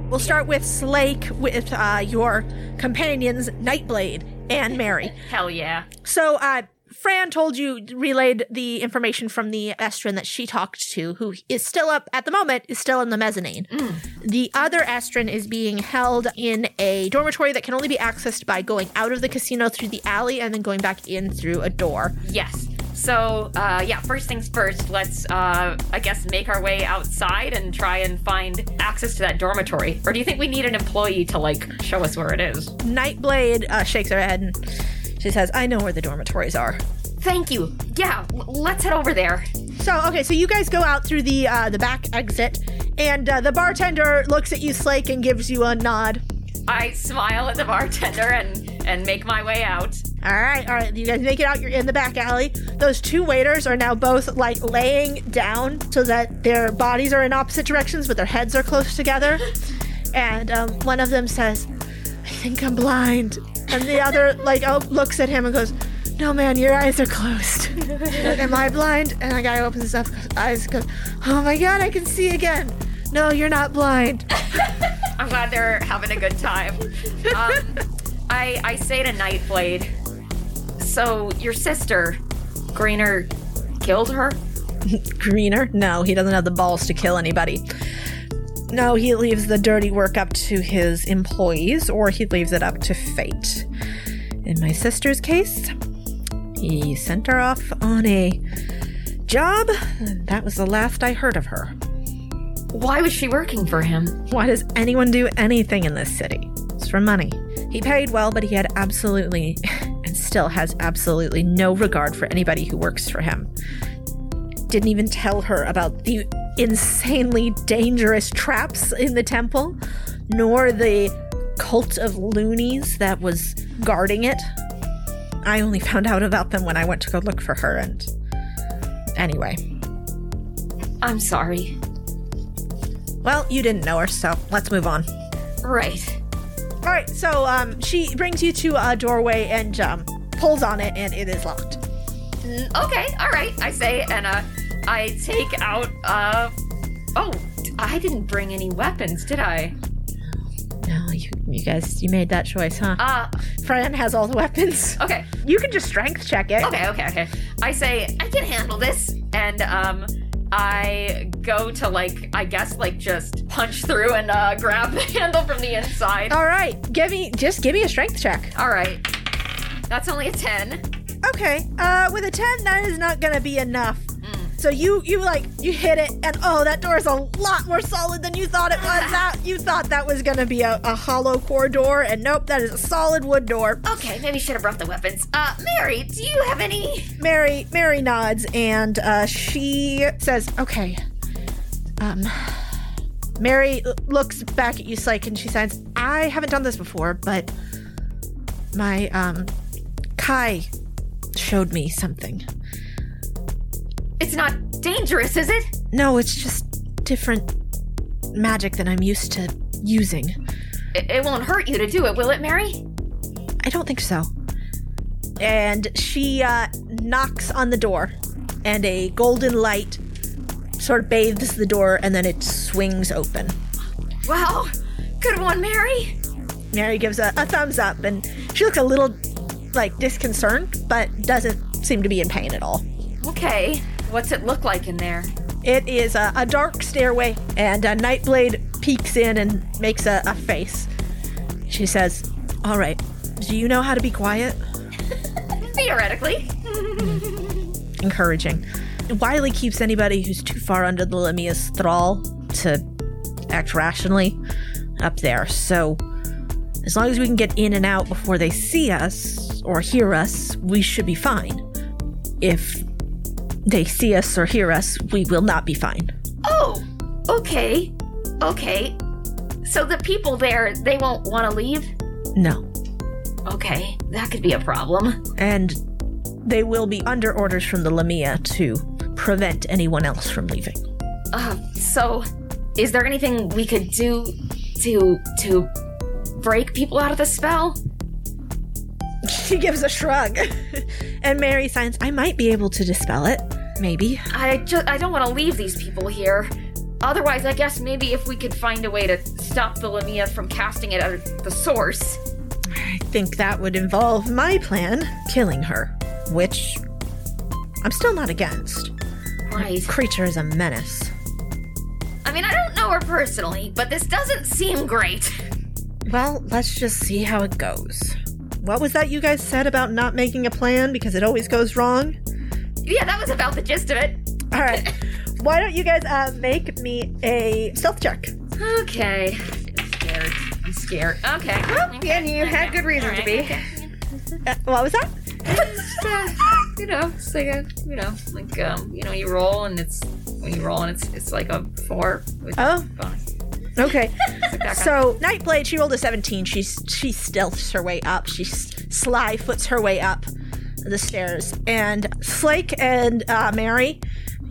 Speaker 3: We'll start with Slake with uh, your companions Nightblade and Mary.
Speaker 1: Hell yeah.
Speaker 3: So, uh, Fran told you relayed the information from the Estrin that she talked to, who is still up at the moment, is still in the mezzanine. The other Estrin is being held in a dormitory that can only be accessed by going out of the casino through the alley and then going back in through a door.
Speaker 1: Yes. So, uh, yeah, first things first, let's, uh, I guess, make our way outside and try and find access to that dormitory. Or do you think we need an employee to, like, show us where it is?
Speaker 3: Nightblade uh, shakes her head and she says, "I know where the dormitories are."
Speaker 1: Thank you. Yeah, l- let's head over there.
Speaker 3: So okay, so you guys go out through the uh, the back exit, and uh, the bartender looks at you, Slake, and gives you a nod.
Speaker 1: I smile at the bartender and, and make my way out.
Speaker 3: All right, all right, you guys make it out. You're in the back alley. Those two waiters are now both like laying down so that their bodies are in opposite directions, but their heads are close together. And um, one of them says, "I think I'm blind," and the other like oh, looks at him and goes. No man, your eyes are closed. Am I blind? And the guy opens his up- eyes and goes, Oh my god, I can see again. No, you're not blind.
Speaker 1: I'm glad they're having a good time. Um, I, I say to Nightblade, so your sister, Greener, killed her?
Speaker 3: greener? No, he doesn't have the balls to kill anybody. No, he leaves the dirty work up to his employees, or he leaves it up to fate. In my sister's case, he sent her off on a job. and That was the last I heard of her.
Speaker 1: Why was she working for him?
Speaker 3: Why does anyone do anything in this city? It's for money. He paid well, but he had absolutely and still has absolutely no regard for anybody who works for him. Didn't even tell her about the insanely dangerous traps in the temple, nor the cult of loonies that was guarding it. I only found out about them when I went to go look for her, and anyway.
Speaker 1: I'm sorry.
Speaker 3: Well, you didn't know her, so let's move on.
Speaker 1: Right.
Speaker 3: All right, so um, she brings you to a doorway and um, pulls on it, and it is locked.
Speaker 1: Mm, Okay, all right, I say, and uh, I take out, uh, oh, d- I didn't bring any weapons, did I?
Speaker 3: No, you, you guys, you made that choice, huh?
Speaker 1: Uh,
Speaker 3: Fran has all the weapons.
Speaker 1: okay,
Speaker 3: You can just strength check it.
Speaker 1: okay, okay, okay. I say, I can handle this, and, um, I go to, like, I guess, like, just punch through and, uh, grab the handle from the inside.
Speaker 3: All right, give me just give me a strength check.
Speaker 1: All right, that's only a 10.
Speaker 3: Okay, uh, with a ten, that is not gonna be enough. So you you like you hit it, and oh, that door is a lot more solid than you thought it was. That you thought that was gonna be a, a hollow core door, and nope, that is a solid wood door.
Speaker 9: Okay, maybe should have brought the weapons. Uh, Mary, do you have any?
Speaker 3: Mary Mary nods, and uh, she says, "Okay." Um, Mary l- looks back at you, Psyche, and she says, "I haven't done this before, but my um, Kai showed me something."
Speaker 9: It's not dangerous, is it?
Speaker 3: No, it's just different magic than I'm used to using.
Speaker 9: It, it won't hurt you to do it, will it, Mary?
Speaker 3: I don't think so. And she uh, knocks on the door, and a golden light sort of bathes the door, and then it swings open.
Speaker 9: Wow, good one, Mary.
Speaker 3: Mary gives a, a thumbs up, and she looks a little like disconcerted, but doesn't seem to be in pain at all.
Speaker 1: Okay. What's it look like in there?
Speaker 3: It is a, a dark stairway, and a Nightblade peeks in and makes a, a face. She says, All right, do you know how to be quiet?
Speaker 9: Theoretically.
Speaker 3: Encouraging. Wiley keeps anybody who's too far under the Lemia's thrall to act rationally up there, so as long as we can get in and out before they see us or hear us, we should be fine. If they see us or hear us, we will not be fine.
Speaker 9: Oh, okay. Okay. So the people there, they won't want to leave?
Speaker 3: No.
Speaker 9: Okay, that could be a problem.
Speaker 3: and they will be under orders from the Lamia to prevent anyone else from leaving.
Speaker 9: Uh,
Speaker 1: So, is there anything we could do to to break people out of the spell?
Speaker 3: She gives a shrug, and Mary signs, I might be able to dispel it. Maybe.
Speaker 1: I just I don't want to leave these people here. Otherwise, I guess maybe if we could find a way to stop the Lamia from casting it at the source.
Speaker 3: I think that would involve my plan killing her, which I'm still not against.
Speaker 9: right.
Speaker 3: Creature is a menace.
Speaker 9: I mean, I don't know her personally, but this doesn't seem great.
Speaker 3: Well, let's just see how it goes. What was that you guys said about not making a plan because it always goes wrong?
Speaker 9: Yeah, that was about the gist of it.
Speaker 3: All right. Why don't you guys uh, make me a stealth check?
Speaker 1: Okay. I'm scared. I'm scared. Okay.
Speaker 9: And you had good reason to be.
Speaker 3: Uh, what was that?
Speaker 1: you know, it's like a you know, like um, you know, you roll and it's when you roll and it's it's like a four with
Speaker 3: Oh,
Speaker 1: bonus.
Speaker 3: okay.
Speaker 1: Like that kind
Speaker 3: So Nightblade, she rolled a 17. She she stealths her way up. She s- sly foots her way up the stairs. And Flake and uh, Mary,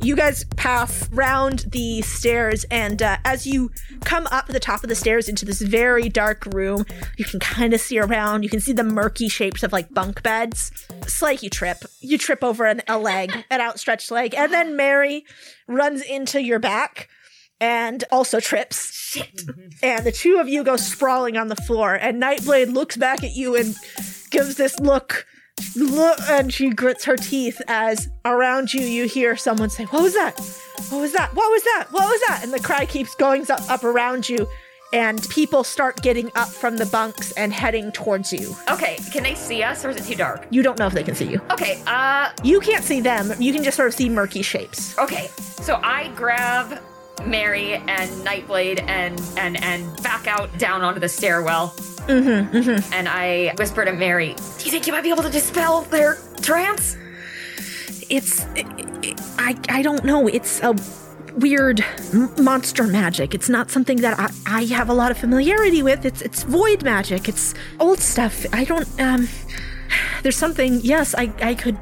Speaker 3: you guys pass round the stairs, and uh, as you come up the top of the stairs into this very dark room, you can kind of see around. You can see the murky shapes of like bunk beds. Slake, you trip. You trip over an, a leg, an outstretched leg, and then Mary runs into your back. And also trips and the two of you go sprawling on the floor and nightblade looks back at you and gives this look look and she grits her teeth as around you you hear someone say what was that what was that what was that what was that and the cry keeps going up, up around you and people start getting up from the bunks and heading towards you
Speaker 1: Okay, can they see us or is it too dark?
Speaker 3: you don't know if they can see you
Speaker 1: Okay, uh
Speaker 3: you can't see them you can just sort of see murky shapes
Speaker 1: okay. So I grab Mary and Nightblade and and and back out down onto the stairwell. Mm-hmm. mm-hmm. And I whisper to Mary, Do you think you might be able to dispel their trance?
Speaker 3: it's i i don't know it's a weird m- monster magic it's not something that I, I have a lot of familiarity with it's it's void magic it's old stuff i don't um there's something yes i i could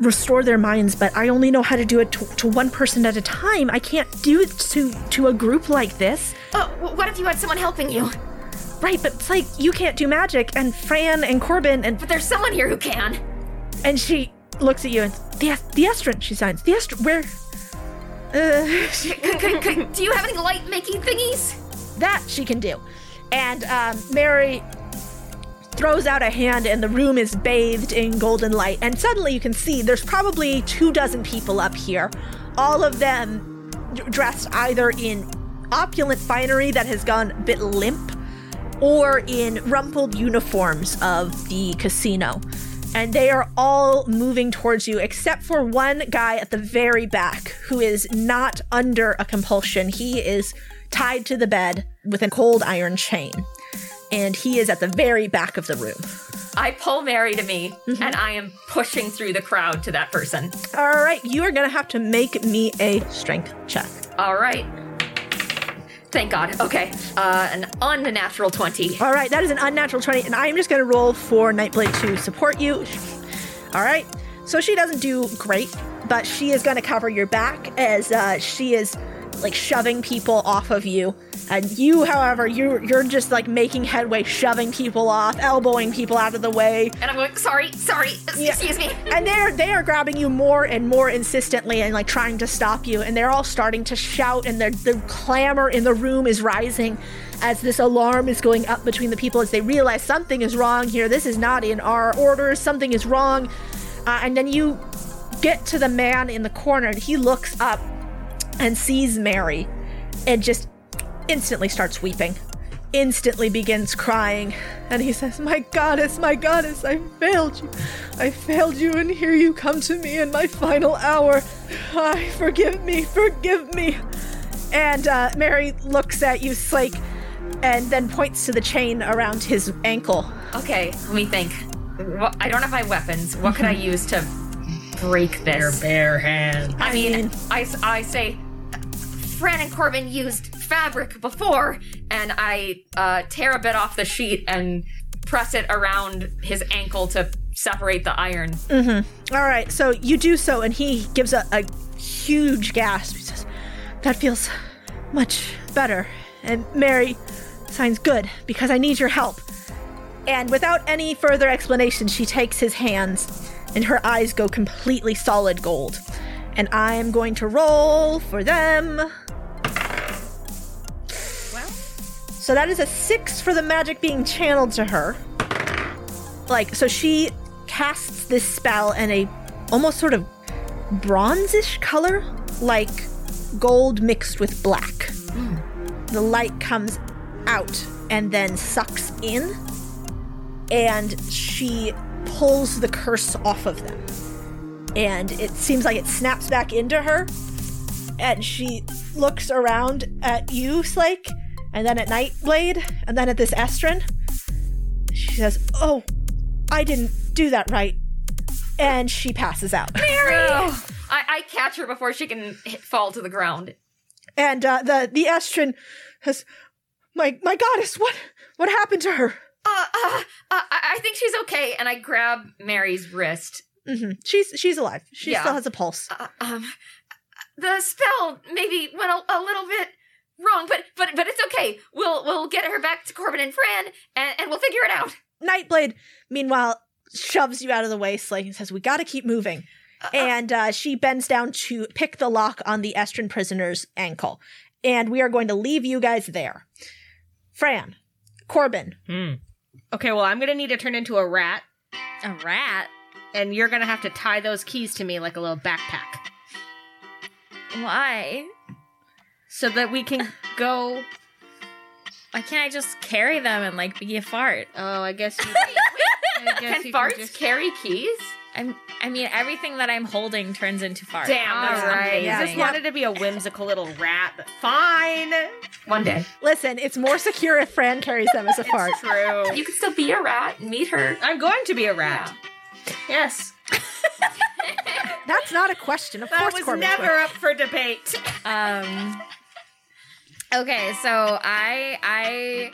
Speaker 3: restore their minds but i only know how to do it to, to one person at a time i can't do it to to a group like this
Speaker 9: Oh, w- what if you had someone helping you?
Speaker 3: right but it's like you can't do magic and fran and corbin and
Speaker 9: But there's someone here who can.
Speaker 3: And she looks at you and the the estrin. She signs the estrin. Where? Uh,
Speaker 9: Could- could- could- do you have any light making thingies?
Speaker 3: that she can do. And um, Mary throws out a hand, and the room is bathed in golden light. And suddenly, you can see there's probably two dozen people up here, all of them d- dressed either in opulent finery that has gone a bit limp, or in rumpled uniforms of the casino. and they are all moving towards you except for one guy at the very back who is not under a compulsion. He is tied to the bed with a cold iron chain. And he is at the very back of the room.
Speaker 1: I pull Mary to me, and I am pushing through the crowd to that person.
Speaker 3: All right, you are going to have to make me a strength check.
Speaker 1: All right. Thank God. Okay. Uh, an unnatural 20.
Speaker 3: All right, that is an unnatural 20, and I am just going to roll for Nightblade to support you. All right, so she doesn't do great, but she is going to cover your back as uh, she is like shoving people off of you. And you, however, you you're just like making headway, shoving people off, elbowing people out of the way,
Speaker 1: And I'm like, sorry, sorry,
Speaker 3: Yeah.
Speaker 1: excuse me.
Speaker 3: and they're they are grabbing you more and more insistently and like trying to stop you and they're all starting to shout and their the clamor in the room is rising as this alarm is going up between the people as they realize something is wrong here this is not in our orders something is wrong uh, and then you get to the man in the corner and he looks up and sees mary and just instantly starts weeping instantly begins crying and he says my goddess my goddess i failed you i failed you and here you come to me in my final hour i forgive me forgive me and uh, mary looks at you slake and then points to the chain around his ankle
Speaker 1: Okay, let me think. Wha I don't have my weapons. What could I use to break this?
Speaker 10: bare hands.
Speaker 1: I mean, I, s- I say, Fran and Corbin used fabric before, and I uh, tear a bit off the sheet and press it around his ankle to separate the iron.
Speaker 3: all right so you do so and he gives a, a huge gasp he says that feels much better and mary signs good because i need your help And without any further explanation, she takes his hands, and her eyes go completely solid gold. And I am going to roll for them. So that is a six for the magic being channeled to her. Like, so she casts this spell in a almost sort of bronzish color, like gold mixed with black. The light comes out and then sucks in and she pulls the curse off of them. And it seems like it snaps back into her. And she looks around at you, Slake, and then at Nightblade, and then at this Estrin. She says, Oh, I didn't do that right. And she passes out.
Speaker 1: I, I catch her before she can hit, fall to the ground.
Speaker 3: And uh, the, the Estrin has, My, my goddess, what, what happened to her?
Speaker 1: Uh, uh, uh, I I think she's okay, and I grab Mary's wrist.
Speaker 3: hmm She's, she's alive. She
Speaker 1: Yeah.
Speaker 3: still has a pulse.
Speaker 1: Uh, um, the spell maybe went a, a little bit wrong, but but but it's okay. We'll we'll get her back to Corbin and Fran, and, and we'll figure it out.
Speaker 3: Nightblade, meanwhile, shoves you out of the way, Slay, and says, We gotta keep moving. and uh, she bends down to pick the lock on the Estrin prisoner's ankle. And we are going to leave you guys there. Fran, Corbin,
Speaker 10: Hmm.
Speaker 4: Okay, well, I'm gonna need to turn into a rat,
Speaker 2: A rat?
Speaker 4: and you're gonna have to tie those keys to me like a little backpack,
Speaker 2: Why?
Speaker 4: so that we can go.
Speaker 2: Why can't I just carry them and like be a fart?
Speaker 4: Oh, I guess. You, I guess
Speaker 1: Can
Speaker 4: you
Speaker 1: farts
Speaker 4: just-
Speaker 1: carry keys?
Speaker 2: I'm, I mean, everything that I'm holding turns into farts.
Speaker 1: Damn,
Speaker 4: All
Speaker 1: that's
Speaker 4: right.
Speaker 1: amazing.
Speaker 4: I just wanted to be a whimsical little rat. But fine.
Speaker 1: One day
Speaker 3: listen, it's more secure if Fran carries them as a fart.
Speaker 4: True.
Speaker 1: you could still be a rat and meet her.
Speaker 4: I'm going to be a rat. Yes.
Speaker 3: That's not a question. Of
Speaker 4: That
Speaker 3: course,
Speaker 4: was
Speaker 3: Corbin.
Speaker 4: never up for debate.
Speaker 2: Um. Okay, so I I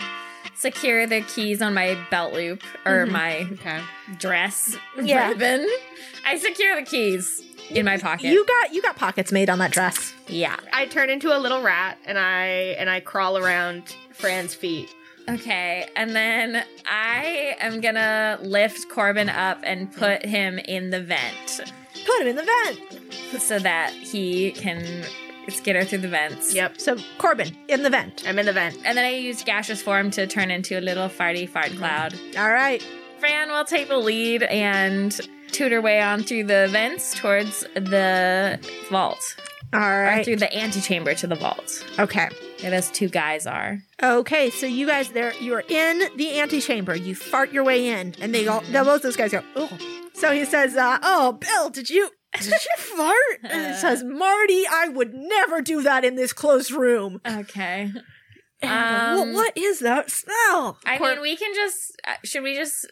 Speaker 2: secure the keys on my belt loop or my
Speaker 4: Okay.
Speaker 2: dress
Speaker 3: Yeah.
Speaker 2: ribbon. I secure the keys in my pocket.
Speaker 3: You got you got pockets made on that dress.
Speaker 2: yeah.
Speaker 4: I turn into a little rat and I and I crawl around Fran's feet.
Speaker 2: Okay, and then I am gonna lift Corbin up and put him in the vent
Speaker 3: Put him in the vent.
Speaker 2: so that he can get her through the vents.
Speaker 4: Yep.
Speaker 3: So Corbin in the vent.
Speaker 4: I'm in the vent.
Speaker 2: And then I use gaseous form to turn into a little farty fart cloud.
Speaker 3: All right.
Speaker 2: Fran will take the lead and toot her way on through the vents towards the vault.
Speaker 3: All
Speaker 2: Or
Speaker 3: right.
Speaker 2: through the antechamber to the vault.
Speaker 3: Okay.
Speaker 2: Where those two guys are.
Speaker 3: Okay, so you guys there you are in the antechamber. You fart your way in, and they all now both those guys go, oh, So he says, uh, "Oh, Bill, did you did you fart?" And he says, "Marty, I would never do that in this closed room."
Speaker 2: Okay.
Speaker 3: And
Speaker 2: Um,
Speaker 3: what, what is that smell?
Speaker 2: I mean, we can just. uh, Should we just?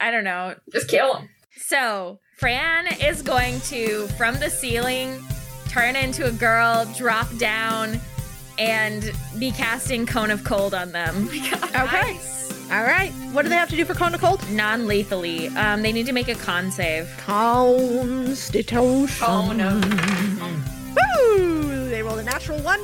Speaker 2: I don't know.
Speaker 11: Just kill him.
Speaker 2: So Fran is going to from the ceiling turn into a girl, drop down, and be casting cone of cold on them.
Speaker 3: Oh Okay. All right. What do they have to do for cone of cold?
Speaker 2: Non-lethally. Um, they need to make a con save.
Speaker 3: Constitution.
Speaker 11: Oh no.
Speaker 3: Woo! They rolled a natural one.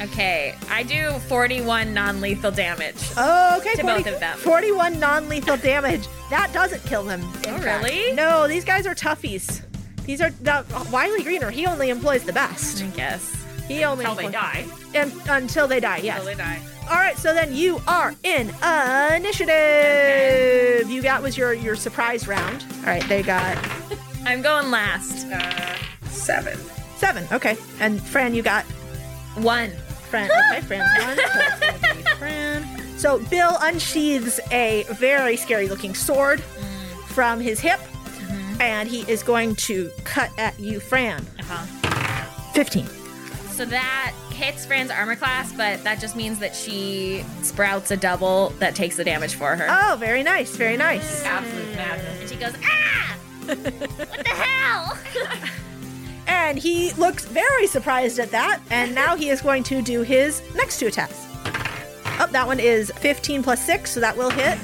Speaker 2: Okay, I do 41 non-lethal damage.
Speaker 3: Okay, 40
Speaker 2: To both of them.
Speaker 3: 41 non-lethal damage. That doesn't kill them. in
Speaker 2: Oh,
Speaker 3: fact.
Speaker 2: really?
Speaker 3: No, these guys are toughies. These are the Wiley Greener. He only employs the best.
Speaker 2: I guess.
Speaker 3: He only
Speaker 11: Until they
Speaker 3: employs-
Speaker 11: die.
Speaker 3: And, until they die. Yes.
Speaker 2: Till they die.
Speaker 3: All right. So then you are in initiative. You got was your your surprise round. All right. They got
Speaker 2: I'm going last.
Speaker 11: Seven.
Speaker 3: seven. Okay. And Fran, you got
Speaker 2: One.
Speaker 3: Fran. Okay, Fran's one. So it's gonna be Fran. So Bill unsheathes a very scary looking sword from his hip, and he is going to cut at you, Fran.
Speaker 2: Uh-huh.
Speaker 3: 15.
Speaker 2: So that hits Fran's armor class, but that just means that she sprouts a double that takes the damage for her.
Speaker 3: Oh, very nice, very nice.
Speaker 11: Absolute madness.
Speaker 2: and she goes, ah! what the hell?
Speaker 3: And he looks very surprised at that, and now he is going to do his next two attacks. Oh, that one is 15 plus 6, so that will hit.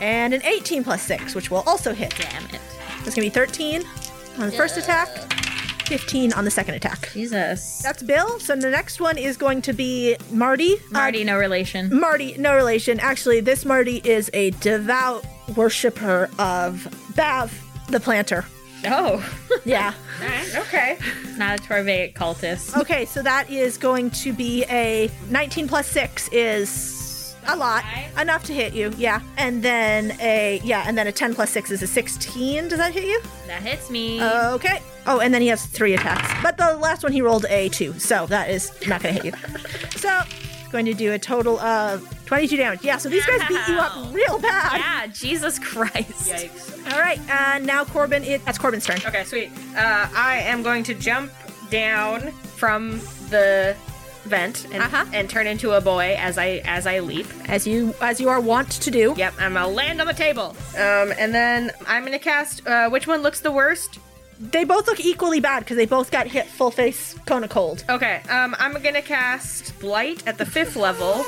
Speaker 3: And an 18 plus 6, which will also hit.
Speaker 2: Damn it.
Speaker 3: That's going to be 13 on the first attack, 15 on the second attack.
Speaker 2: Jesus.
Speaker 3: That's Bill. So the next one is going to be Marty.
Speaker 2: Marty, no relation.
Speaker 3: Uh, Marty, no relation. Actually, this Marty is a devout worshiper of Bav, the planter.
Speaker 2: Oh.
Speaker 3: Yeah.
Speaker 11: Okay.
Speaker 2: Not a Torvaic cultist.
Speaker 3: okay, so that is going to be a 19 plus 6 is a lot.
Speaker 2: Five?
Speaker 3: Enough to hit you. Yeah. And then a yeah, and then a 10 plus 6 is a 16. Does that hit you?
Speaker 2: That hits me.
Speaker 3: Okay. Oh, and then he has three attacks. But the last one he rolled a two, so that is not going to hit you. so, it's going to do a total of 22 damage. Yeah, so these guys beat you
Speaker 2: Ow.
Speaker 3: up real bad.
Speaker 2: yeah, Jesus Christ.
Speaker 3: All right, and now Corbin, it, that's Corbin's turn.
Speaker 12: Okay, sweet. Uh, I am going to jump down from the vent and,
Speaker 3: Uh-huh.
Speaker 12: and turn into a boy as I as I leap.
Speaker 3: As you as you are wont to do.
Speaker 12: Yep, I'm gonna land on the table. Um, and then I'm gonna cast. Uh, which one looks the worst?
Speaker 3: They both look equally bad because they both got hit full face cone of cold.
Speaker 12: Okay. Um, I'm gonna cast blight at the fifth level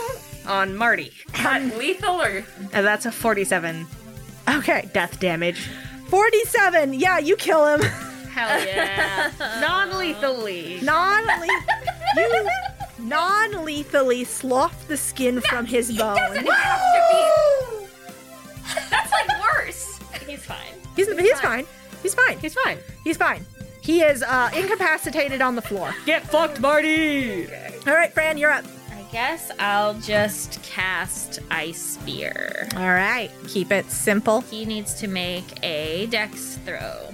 Speaker 12: on Marty,
Speaker 11: Not lethal or
Speaker 12: and that's a 47
Speaker 3: Okay,
Speaker 12: death damage.
Speaker 3: 47. Yeah, you kill him.
Speaker 12: Hell yeah! Non-lethally.
Speaker 3: Non you non lethally slough the skin from his bone.
Speaker 11: that's like worse.
Speaker 2: He's fine.
Speaker 3: He's, he's, fine. He's fine.
Speaker 12: He's fine.
Speaker 3: He's fine. He is uh, incapacitated on the floor.
Speaker 4: Get fucked, Marty!
Speaker 3: All right, Fran, you're up.
Speaker 2: I guess I'll just cast Ice Spear.
Speaker 3: All right, keep it simple.
Speaker 2: He needs to make a dex throw.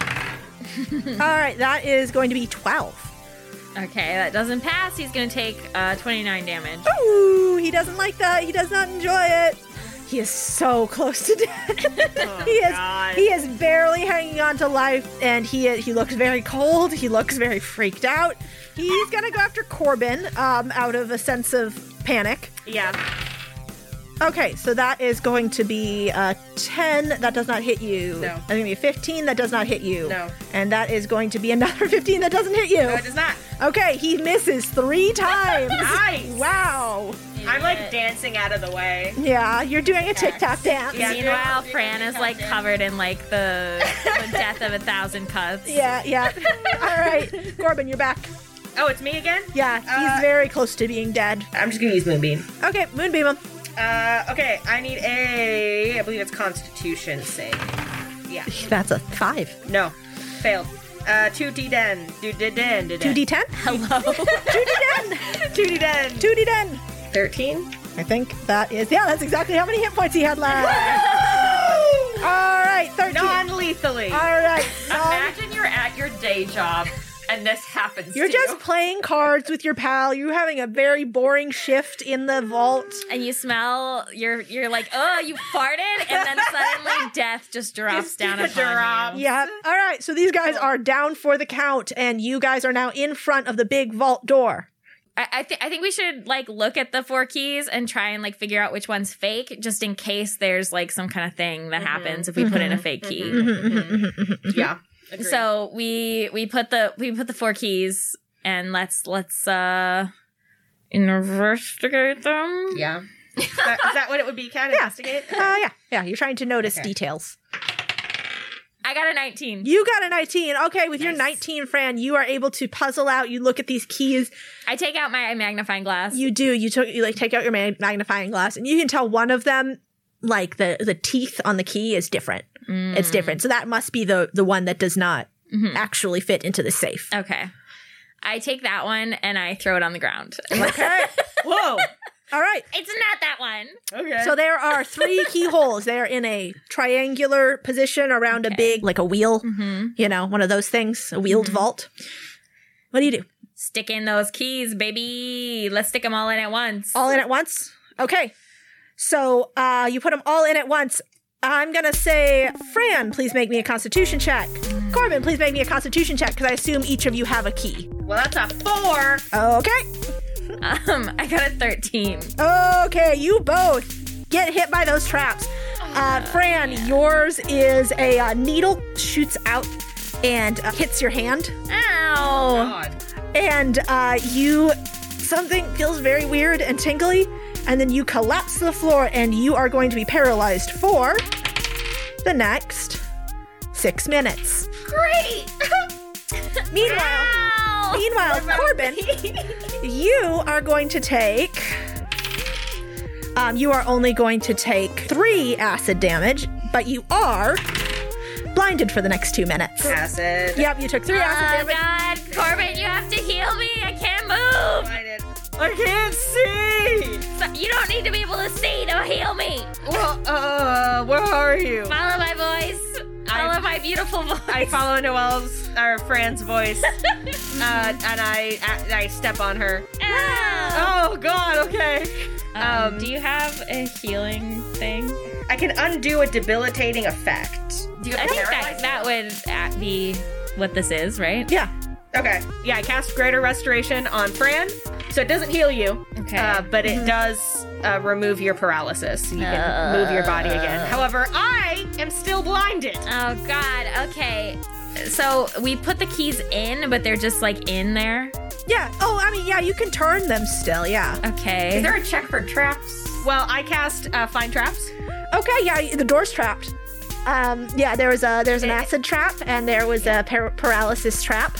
Speaker 3: All right, that is going to be 12.
Speaker 2: Okay, that doesn't pass. He's going to take uh, 29 damage.
Speaker 3: Oh, Ooh, he doesn't like that. He does not enjoy it. He is so close to death.
Speaker 12: Oh,
Speaker 3: he is he is barely hanging on to life, and he he looks very cold. He looks very freaked out. He's gonna go after Corbin um, out of a sense of panic.
Speaker 12: Yeah.
Speaker 3: Okay, so that is going to be uh, 10. That does not hit you. No. That's going to be 15. That does not hit you.
Speaker 12: No.
Speaker 3: And that is going to be another 15 that doesn't hit you.
Speaker 12: No, it does not.
Speaker 3: okay, he misses three times.
Speaker 12: Nice.
Speaker 3: Wow.
Speaker 12: I'm like dancing out of the way.
Speaker 3: Yeah, you're doing a TikTok dance.
Speaker 12: Yeah.
Speaker 2: Meanwhile, Fran is like covered in like the, the death of a thousand cuts.
Speaker 3: Yeah, yeah. All right, Corbin, you're back.
Speaker 12: Oh, it's me again.
Speaker 3: Yeah, he's
Speaker 12: Uh,
Speaker 3: very close to being dead.
Speaker 12: I'm just gonna use Moonbeam.
Speaker 3: Okay, moonbeam him.
Speaker 12: Uh, okay, I need a. I believe it's Constitution save. Yeah.
Speaker 3: That's a five.
Speaker 12: No, failed. Uh, two D den. Do d den.
Speaker 3: Two D ten.
Speaker 2: Hello.
Speaker 3: Two D ten.
Speaker 12: Two D den.
Speaker 3: Two D ten.
Speaker 12: Thirteen.
Speaker 3: I think that is. Yeah, that's exactly how many hit points he had left. All right, thirteen.
Speaker 12: Non lethally.
Speaker 3: All right, non-
Speaker 11: Imagine you're at your day job and this happens.
Speaker 3: You're
Speaker 11: to
Speaker 3: just
Speaker 11: you.
Speaker 3: playing cards with your pal. You're having a very boring shift in the vault.
Speaker 2: and you smell you're you're like oh you farted and then suddenly death just drops down upon you
Speaker 3: Yeah. All right. So these guys are down for the count, and you guys are now in front of the big vault door.
Speaker 2: I, I, th- I think we should like look at the four keys and try and like figure out which one's fake just in case there's like some kind of thing that happens if we put in a fake key
Speaker 12: um,
Speaker 11: yeah. Agreed.
Speaker 2: so we we put the we put the four keys and let's let's uh investigate them
Speaker 11: yeah.
Speaker 12: Is that, is that what it would be? Cat investigate?
Speaker 3: Uh, yeah. Yeah. You're trying to notice details.
Speaker 2: i got a 19
Speaker 3: You got a 19. Okay. With your 19, Fran, you are able to puzzle out. You look at these keys.
Speaker 2: i take out my magnifying glass
Speaker 3: You do. You took. You like take out your ma- magnifying glass, and you can tell one of them, like the the teeth on the key, is different. It's different. So that must be the the one that does not actually fit into the safe.
Speaker 2: okay i take that one and i throw it on the ground
Speaker 4: Whoa.
Speaker 3: All right.
Speaker 2: it's not that one
Speaker 4: Okay.
Speaker 3: So there are three keyholes. They are in a triangular position around a big, like a wheel, you know, one of those things, a wheeled vault. What do you do?
Speaker 2: Stick in those keys, baby. Let's stick them all in at once.
Speaker 3: All in at once? Okay. So uh, you put them all in at once. I'm going to say, Fran, please make me a constitution check. Corbin, please make me a constitution check because I assume each of you have a key.
Speaker 12: Well, that's a four.
Speaker 3: Okay.
Speaker 2: um, I got a 13.
Speaker 3: Okay, you both get hit by those traps. Uh, Fran, yours is a uh, needle shoots out and uh, hits your hand,
Speaker 2: Ow.
Speaker 11: God.
Speaker 3: and uh, you something feels very weird and tingly, and then you collapse to the floor, and you are going to be paralyzed for the next six minutes. Great. Meanwhile.
Speaker 2: Ow.
Speaker 3: Meanwhile, Corbin, you are going to take. Um, you are only going to take three acid damage, but you are blinded for the next two minutes.
Speaker 12: Acid.
Speaker 3: Yep, you took three
Speaker 2: Oh,
Speaker 3: acid damage.
Speaker 2: God. Corbin, you have to heal me. I can't move.
Speaker 12: Blinded.
Speaker 4: I can't see.
Speaker 2: So- You don't need to be able to see to heal me.
Speaker 4: Well, uh, where are you?
Speaker 2: Follow my voice. Follow my beautiful voice.
Speaker 12: I follow Noelle's or Fran's voice, uh, and I, I I step on her.
Speaker 2: Ow.
Speaker 12: Oh God. Okay.
Speaker 2: Um, do you have a healing thing?
Speaker 12: I can undo a debilitating effect.
Speaker 11: Do you
Speaker 2: I
Speaker 11: have
Speaker 2: think that,
Speaker 11: paralyzed?
Speaker 2: that would uh, be what this is, right?
Speaker 3: Yeah.
Speaker 12: Okay. Yeah, I cast Greater Restoration on Fran, so it doesn't heal you,
Speaker 2: Okay.
Speaker 12: uh, but it
Speaker 4: Mm-hmm.
Speaker 12: does uh, remove your paralysis. You can
Speaker 4: Uh.
Speaker 12: move your body again. However, I am still blinded.
Speaker 2: Oh God. Okay. So we put the keys in, but they're just like in there.
Speaker 3: Yeah. Oh, I mean, yeah, you can turn them still. Yeah.
Speaker 2: Okay.
Speaker 11: Is there a check for traps?
Speaker 12: Well, I cast uh, Find Traps.
Speaker 3: Okay. Yeah, the door's trapped. Um, yeah, there was a there's an acid trap, and there was a par- paralysis trap,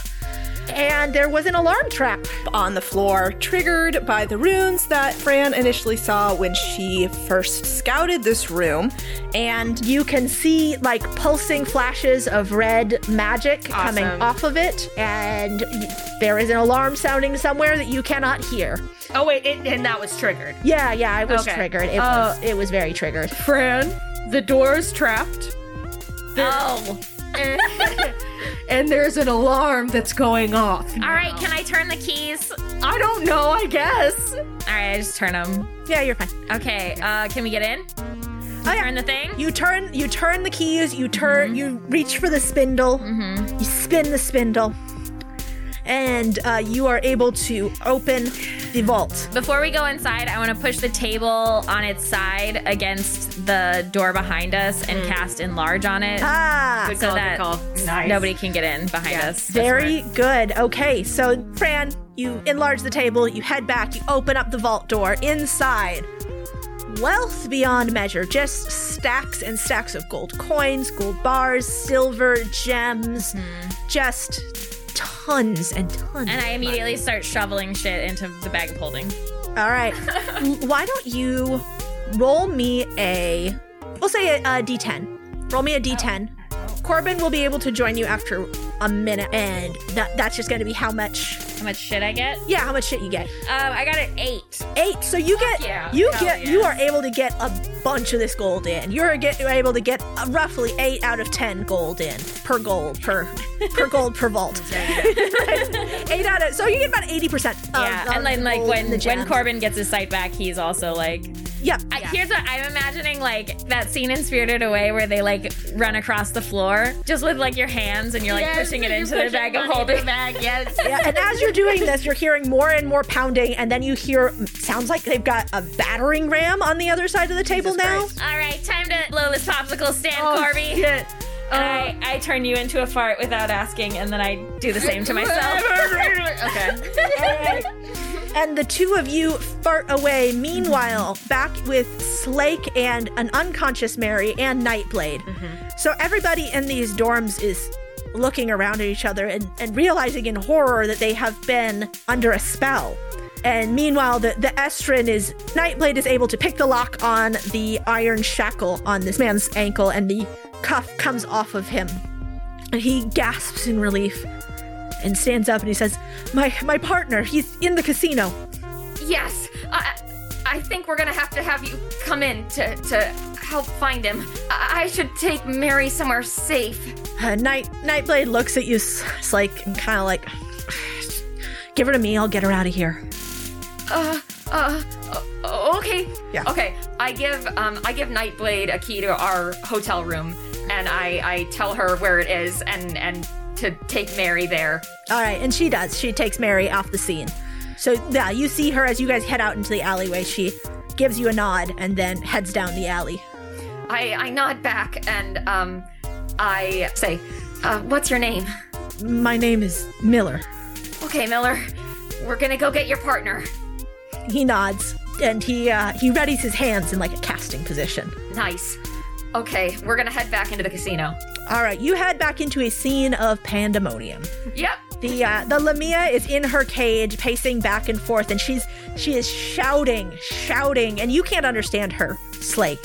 Speaker 3: and there was an alarm trap.
Speaker 5: on the floor, triggered by the runes that Fran initially saw when she first scouted this room. And
Speaker 3: You can see like pulsing flashes of red magic coming off of it, and y- there is an alarm sounding somewhere that you cannot hear.
Speaker 12: Oh wait, it, and that was triggered.
Speaker 3: Yeah, yeah, it was
Speaker 12: Okay.
Speaker 3: triggered. It was it was very triggered.
Speaker 4: Fran, the door is trapped,
Speaker 2: oh.
Speaker 4: and there's an alarm that's going off.
Speaker 2: All right. Can I turn the keys? All
Speaker 4: I don't know. Oh, I guess.
Speaker 2: right. I just turn them.
Speaker 3: Yeah, you're fine.
Speaker 2: Okay. Uh, can we get in?
Speaker 3: Oh, yeah.
Speaker 2: Turn the thing.
Speaker 3: You turn you turn the keys, you turn
Speaker 2: Mm-hmm.
Speaker 3: you reach for the spindle, you spin the spindle, and uh, you are able to open the vault.
Speaker 2: Before we go inside, I want to push the table on its side against the door behind us and
Speaker 4: Mm.
Speaker 2: cast enlarge on it
Speaker 3: Ah,
Speaker 2: so that nobody can get in behind us.
Speaker 3: Very good. Okay, so Fran, you enlarge the table, you head back, you open up the vault door. Inside, wealth beyond measure, just stacks and stacks of gold coins, gold bars, silver, gems, just tons and tons.
Speaker 2: Mm-hmm. And I immediately start shoveling shit into the bag of holding.
Speaker 3: All right, L- why don't you roll me a,
Speaker 2: Oh,
Speaker 3: we'll say a, a d10. Roll me a d10. Corbin will be able to join you after a minute, and that that's just going to be how much.
Speaker 2: How much shit I get? Um,
Speaker 3: Yeah, how much shit you get.
Speaker 2: I got an eight.
Speaker 3: Eight. So you get
Speaker 1: yeah.
Speaker 3: you
Speaker 1: Hell
Speaker 3: get
Speaker 1: yeah.
Speaker 3: you are able to get a bunch of this gold in. You're get you're able to get uh, roughly eight out of ten gold in per gold per per gold per vault. eight out of so you get about eighty percent.
Speaker 2: yeah, and then like when when Corbin gets his sight back, he's also like.
Speaker 3: Yep.
Speaker 2: I, here's what I'm imagining: like that scene in Spirited Away where they like run across the floor just with like your hands and you're like pushing it into the bag of holding.
Speaker 4: bag. Yes.
Speaker 3: Yeah, and as you're doing this, you're hearing more and more pounding, and then you hear sounds like they've got a battering ram on the other side of the table now.
Speaker 2: All right, time to blow this popsicle stand,
Speaker 4: Oh,
Speaker 12: Oh,
Speaker 2: Corby.
Speaker 13: Shit.
Speaker 2: And I, I turn you into a fart without asking, and then I do the same to myself.
Speaker 4: okay.
Speaker 3: And the two of you fart away. Meanwhile, back with Slake and an unconscious Mary and Nightblade. So everybody in these dorms is looking around at each other and, and realizing in horror that they have been under a spell. And meanwhile, the, the Estrin is Nightblade is able to pick the lock on the iron shackle on this man's ankle, and the cuff comes off of him. And he gasps in relief and stands up and he says, "My my partner, he's in the casino."
Speaker 1: Yes, I, I think we're gonna have to have you come in to to help find him. I, I should take Mary somewhere safe.
Speaker 3: Uh, Night Nightblade looks at you, s- s- like and kind of like, "Give her to me. I'll get her out of here."
Speaker 1: Uh, uh, o- okay.
Speaker 3: Yeah.
Speaker 1: Okay. I give um I give Nightblade a key to our hotel room, and I I tell her where it is, and and to take Mary there.
Speaker 3: All right, and she does. She takes Mary off the scene. So yeah, you see her as you guys head out into the alleyway. She gives you a nod and then heads down the alley.
Speaker 1: I I nod back and um I say, uh, what's your name?
Speaker 3: My name is Miller.
Speaker 1: Okay, Miller. We're gonna go get your partner.
Speaker 3: He nods and he uh, he readies his hands in like a casting position.
Speaker 1: Nice. Okay, we're gonna head back into the casino.
Speaker 3: All right, you head back into a scene of pandemonium.
Speaker 1: Yep.
Speaker 3: The uh, the Lamia is in her cage, pacing back and forth, and she's she is shouting, shouting, and you can't understand her, Slake.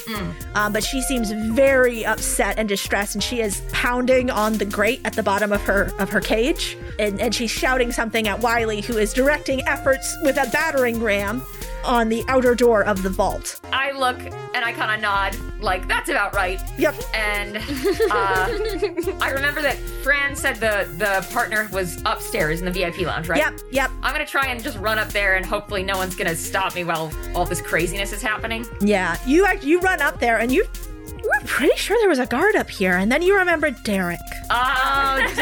Speaker 3: Um, but she seems very upset and distressed, and she is pounding on the grate at the bottom of her of her cage, and, and she's shouting something at Wiley, who is directing efforts with a battering ram on the outer door of the vault.
Speaker 1: I look and I kind of nod, like that's about right.
Speaker 3: Yep.
Speaker 1: And uh, I remember that Fran said the the partner was upstairs in the VIP lounge, right?
Speaker 3: Yep. Yep.
Speaker 1: I'm gonna try and just run up there, and hopefully no one's gonna stop me while all this craziness is happening.
Speaker 3: Yeah, you act, you run up there, and you you were pretty sure there was a guard up here, and then you remember Derek.
Speaker 1: Oh, Derek!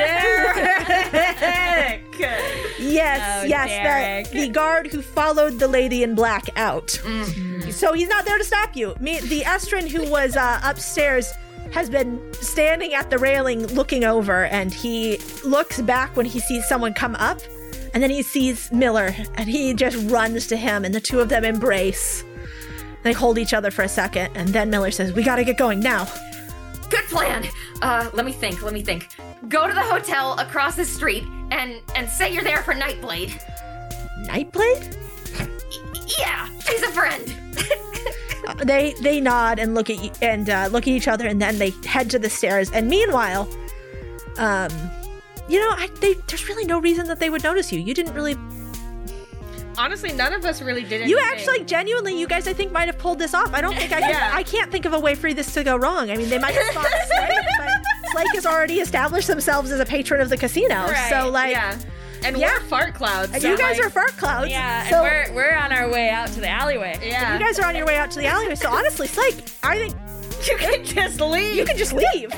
Speaker 3: Yes,
Speaker 2: Oh,
Speaker 3: yes,
Speaker 2: Derek.
Speaker 3: the, the guard who followed the lady in black out.
Speaker 2: Mm-hmm.
Speaker 3: So he's not there to stop you. Me, the Estrin who was uh, upstairs has been standing at the railing looking over, and he looks back when he sees someone come up, and then he sees Miller, and he just runs to him, and the two of them embrace. They hold each other for a second, and then Miller says, "We gotta get going now."
Speaker 1: Good plan. Uh, let me think. Let me think. Go to the hotel across the street and and say you're there for Nightblade.
Speaker 3: Nightblade?
Speaker 1: Yeah, she's a friend.
Speaker 3: they they nod and look at you, and uh, look at each other, and then they head to the stairs. And meanwhile, um, you know, I, they, there's really no reason that they would notice you. You didn't really.
Speaker 4: Honestly, none of us really did anything.
Speaker 3: You actually, genuinely, you guys, I think might have pulled this off. I don't think I. Can, I can't think of a way for this to go wrong. I mean, they might have spotted Slake, but Slake has already established themselves as a patron of the casino. So like,
Speaker 4: yeah. And
Speaker 3: Yeah.
Speaker 4: we're fart clouds.
Speaker 3: and
Speaker 4: so,
Speaker 3: you guys
Speaker 4: like,
Speaker 3: are fart clouds.
Speaker 2: Yeah,
Speaker 3: so-
Speaker 2: and we're we're on our way out to the alleyway.
Speaker 4: Yeah.
Speaker 3: you guys are on your way out to the alleyway. So honestly, Slake, I think
Speaker 4: you can just leave.
Speaker 3: you can just leave.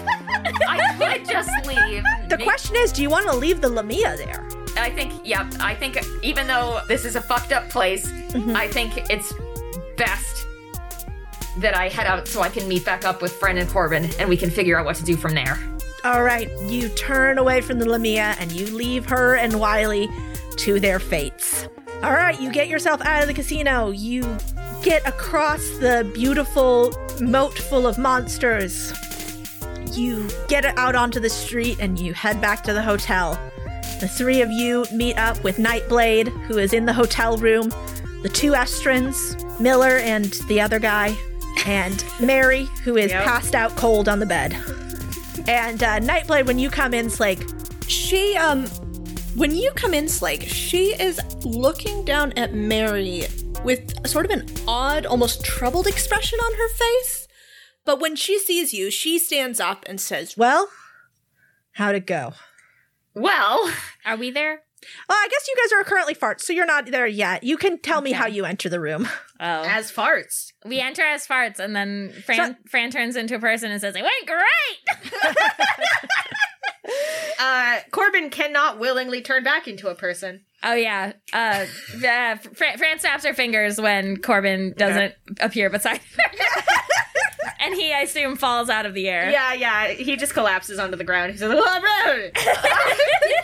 Speaker 1: I could just leave.
Speaker 3: The
Speaker 1: Maybe-
Speaker 3: question is, do you want to leave the Lamia there?
Speaker 1: I think, yeah, I think even though this is a fucked up place, I think it's best that I head out so I can meet back up with Fran and Corbin and we can figure out what to do from there.
Speaker 3: All right, you turn away from the Lamia and you leave her and Wiley to their fates. All right, you get yourself out of the casino. You get across the beautiful moat full of monsters. You get out onto the street and you head back to the hotel. The three of you meet up with Nightblade, who is in the hotel room, the two Estrins, Miller and the other guy, and Mary, who is passed out cold on the bed. And uh, Nightblade, when you come in, it's like, She um when you come in, Slake, she is looking down at Mary with sort of an odd, almost troubled expression on her face. But when she sees you, she stands up and says,
Speaker 14: Well, how'd it go?
Speaker 2: Well, are we there?
Speaker 14: Well, I guess you guys are currently farts, so you're not there yet. You can tell me how you enter the room.
Speaker 2: Oh,
Speaker 4: As farts.
Speaker 2: we enter as farts, and then Fran Fran turns into a person and says, "It went great."
Speaker 4: Uh, Corbin cannot willingly turn back into a person.
Speaker 2: Oh yeah, uh, yeah. Fran, Fran snaps her fingers when Corbin doesn't appear beside her, and he, I assume, falls out of the air.
Speaker 4: Yeah, yeah. He just collapses onto the ground. "Oh, He says,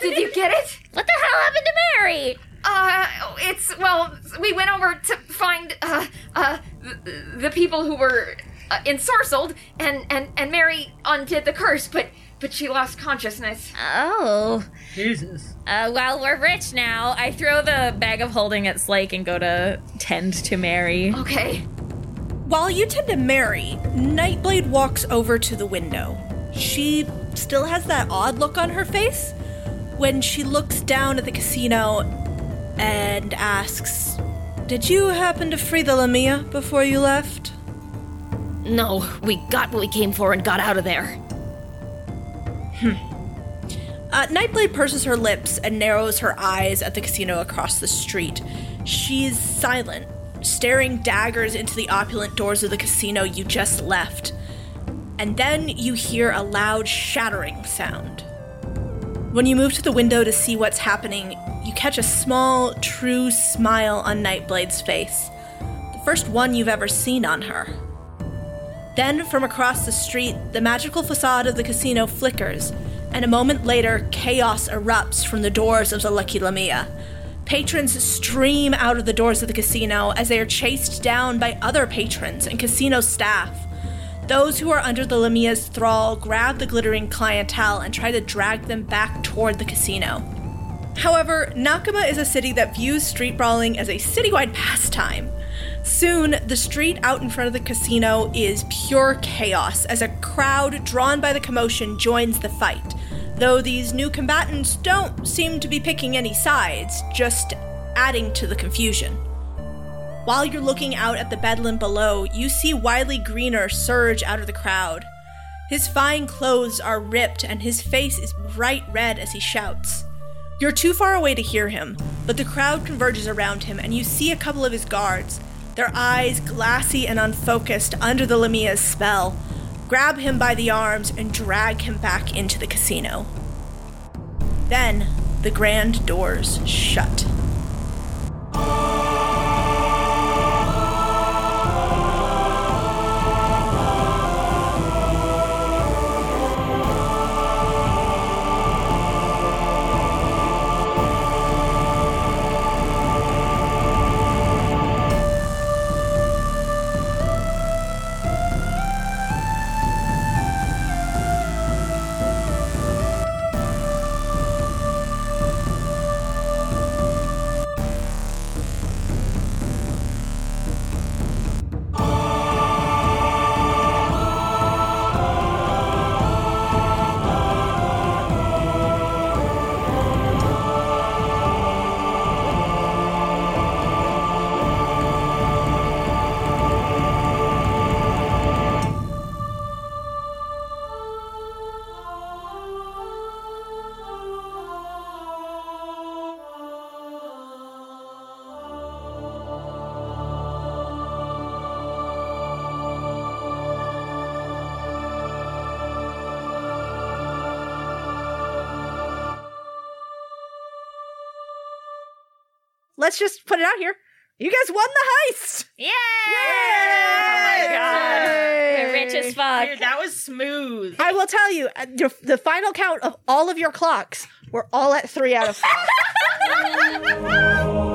Speaker 1: Did you get it?
Speaker 2: What the hell happened to Mary?
Speaker 1: Uh, it's well, we went over to find uh, uh, the, the people who were uh, ensorcelled, and and and Mary undid the curse, but but she lost consciousness.
Speaker 2: Oh.
Speaker 15: Jesus.
Speaker 2: Uh, well, we're rich now. I throw the bag of holding at Slake and go to tend to Mary.
Speaker 1: Okay,
Speaker 3: While you tend to Mary, Nightblade walks over to the window. She still has that odd look on her face when she looks down at the casino and asks, Did you happen to free the Lamia before you left?
Speaker 16: No, we got what we came for and got out of there.
Speaker 3: Uh, Nightblade purses her lips and narrows her eyes at the casino across the street. She's silent, staring daggers into the opulent doors of the casino you just left. And then you hear a loud shattering sound. When you move to the window to see what's happening, you catch a small, true smile on Nightblade's face. The first one you've ever seen on her. Then, from across the street, the magical facade of the casino flickers, and a moment later, chaos erupts from the doors of the Lucky Lamia. Patrons stream out of the doors of the casino as they are chased down by other patrons and casino staff. Those who are under the Lamia's thrall grab the glittering clientele and try to drag them back toward the casino. However, Nakama is a city that views street brawling as a citywide pastime. Soon, the street out in front of the casino is pure chaos as a crowd drawn by the commotion joins the fight. Though these new combatants don't seem to be picking any sides, just adding to the confusion. While you're looking out at the bedlam below, you see Wiley Greener surge out of the crowd. His fine clothes are ripped and his face is bright red as he shouts. You're too far away to hear him, but the crowd converges around him and you see a couple of his guards, their eyes glassy and unfocused under the Lamia's spell, grab him by the arms and drag him back into the casino. Then the grand doors shut.
Speaker 14: Let's just put it out here. You guys won the heist.
Speaker 2: Yay! Oh my god. We're rich as fuck.
Speaker 4: Dude, that was smooth.
Speaker 14: I will tell you, uh, your- the final count of all of your clocks were all at three out of five.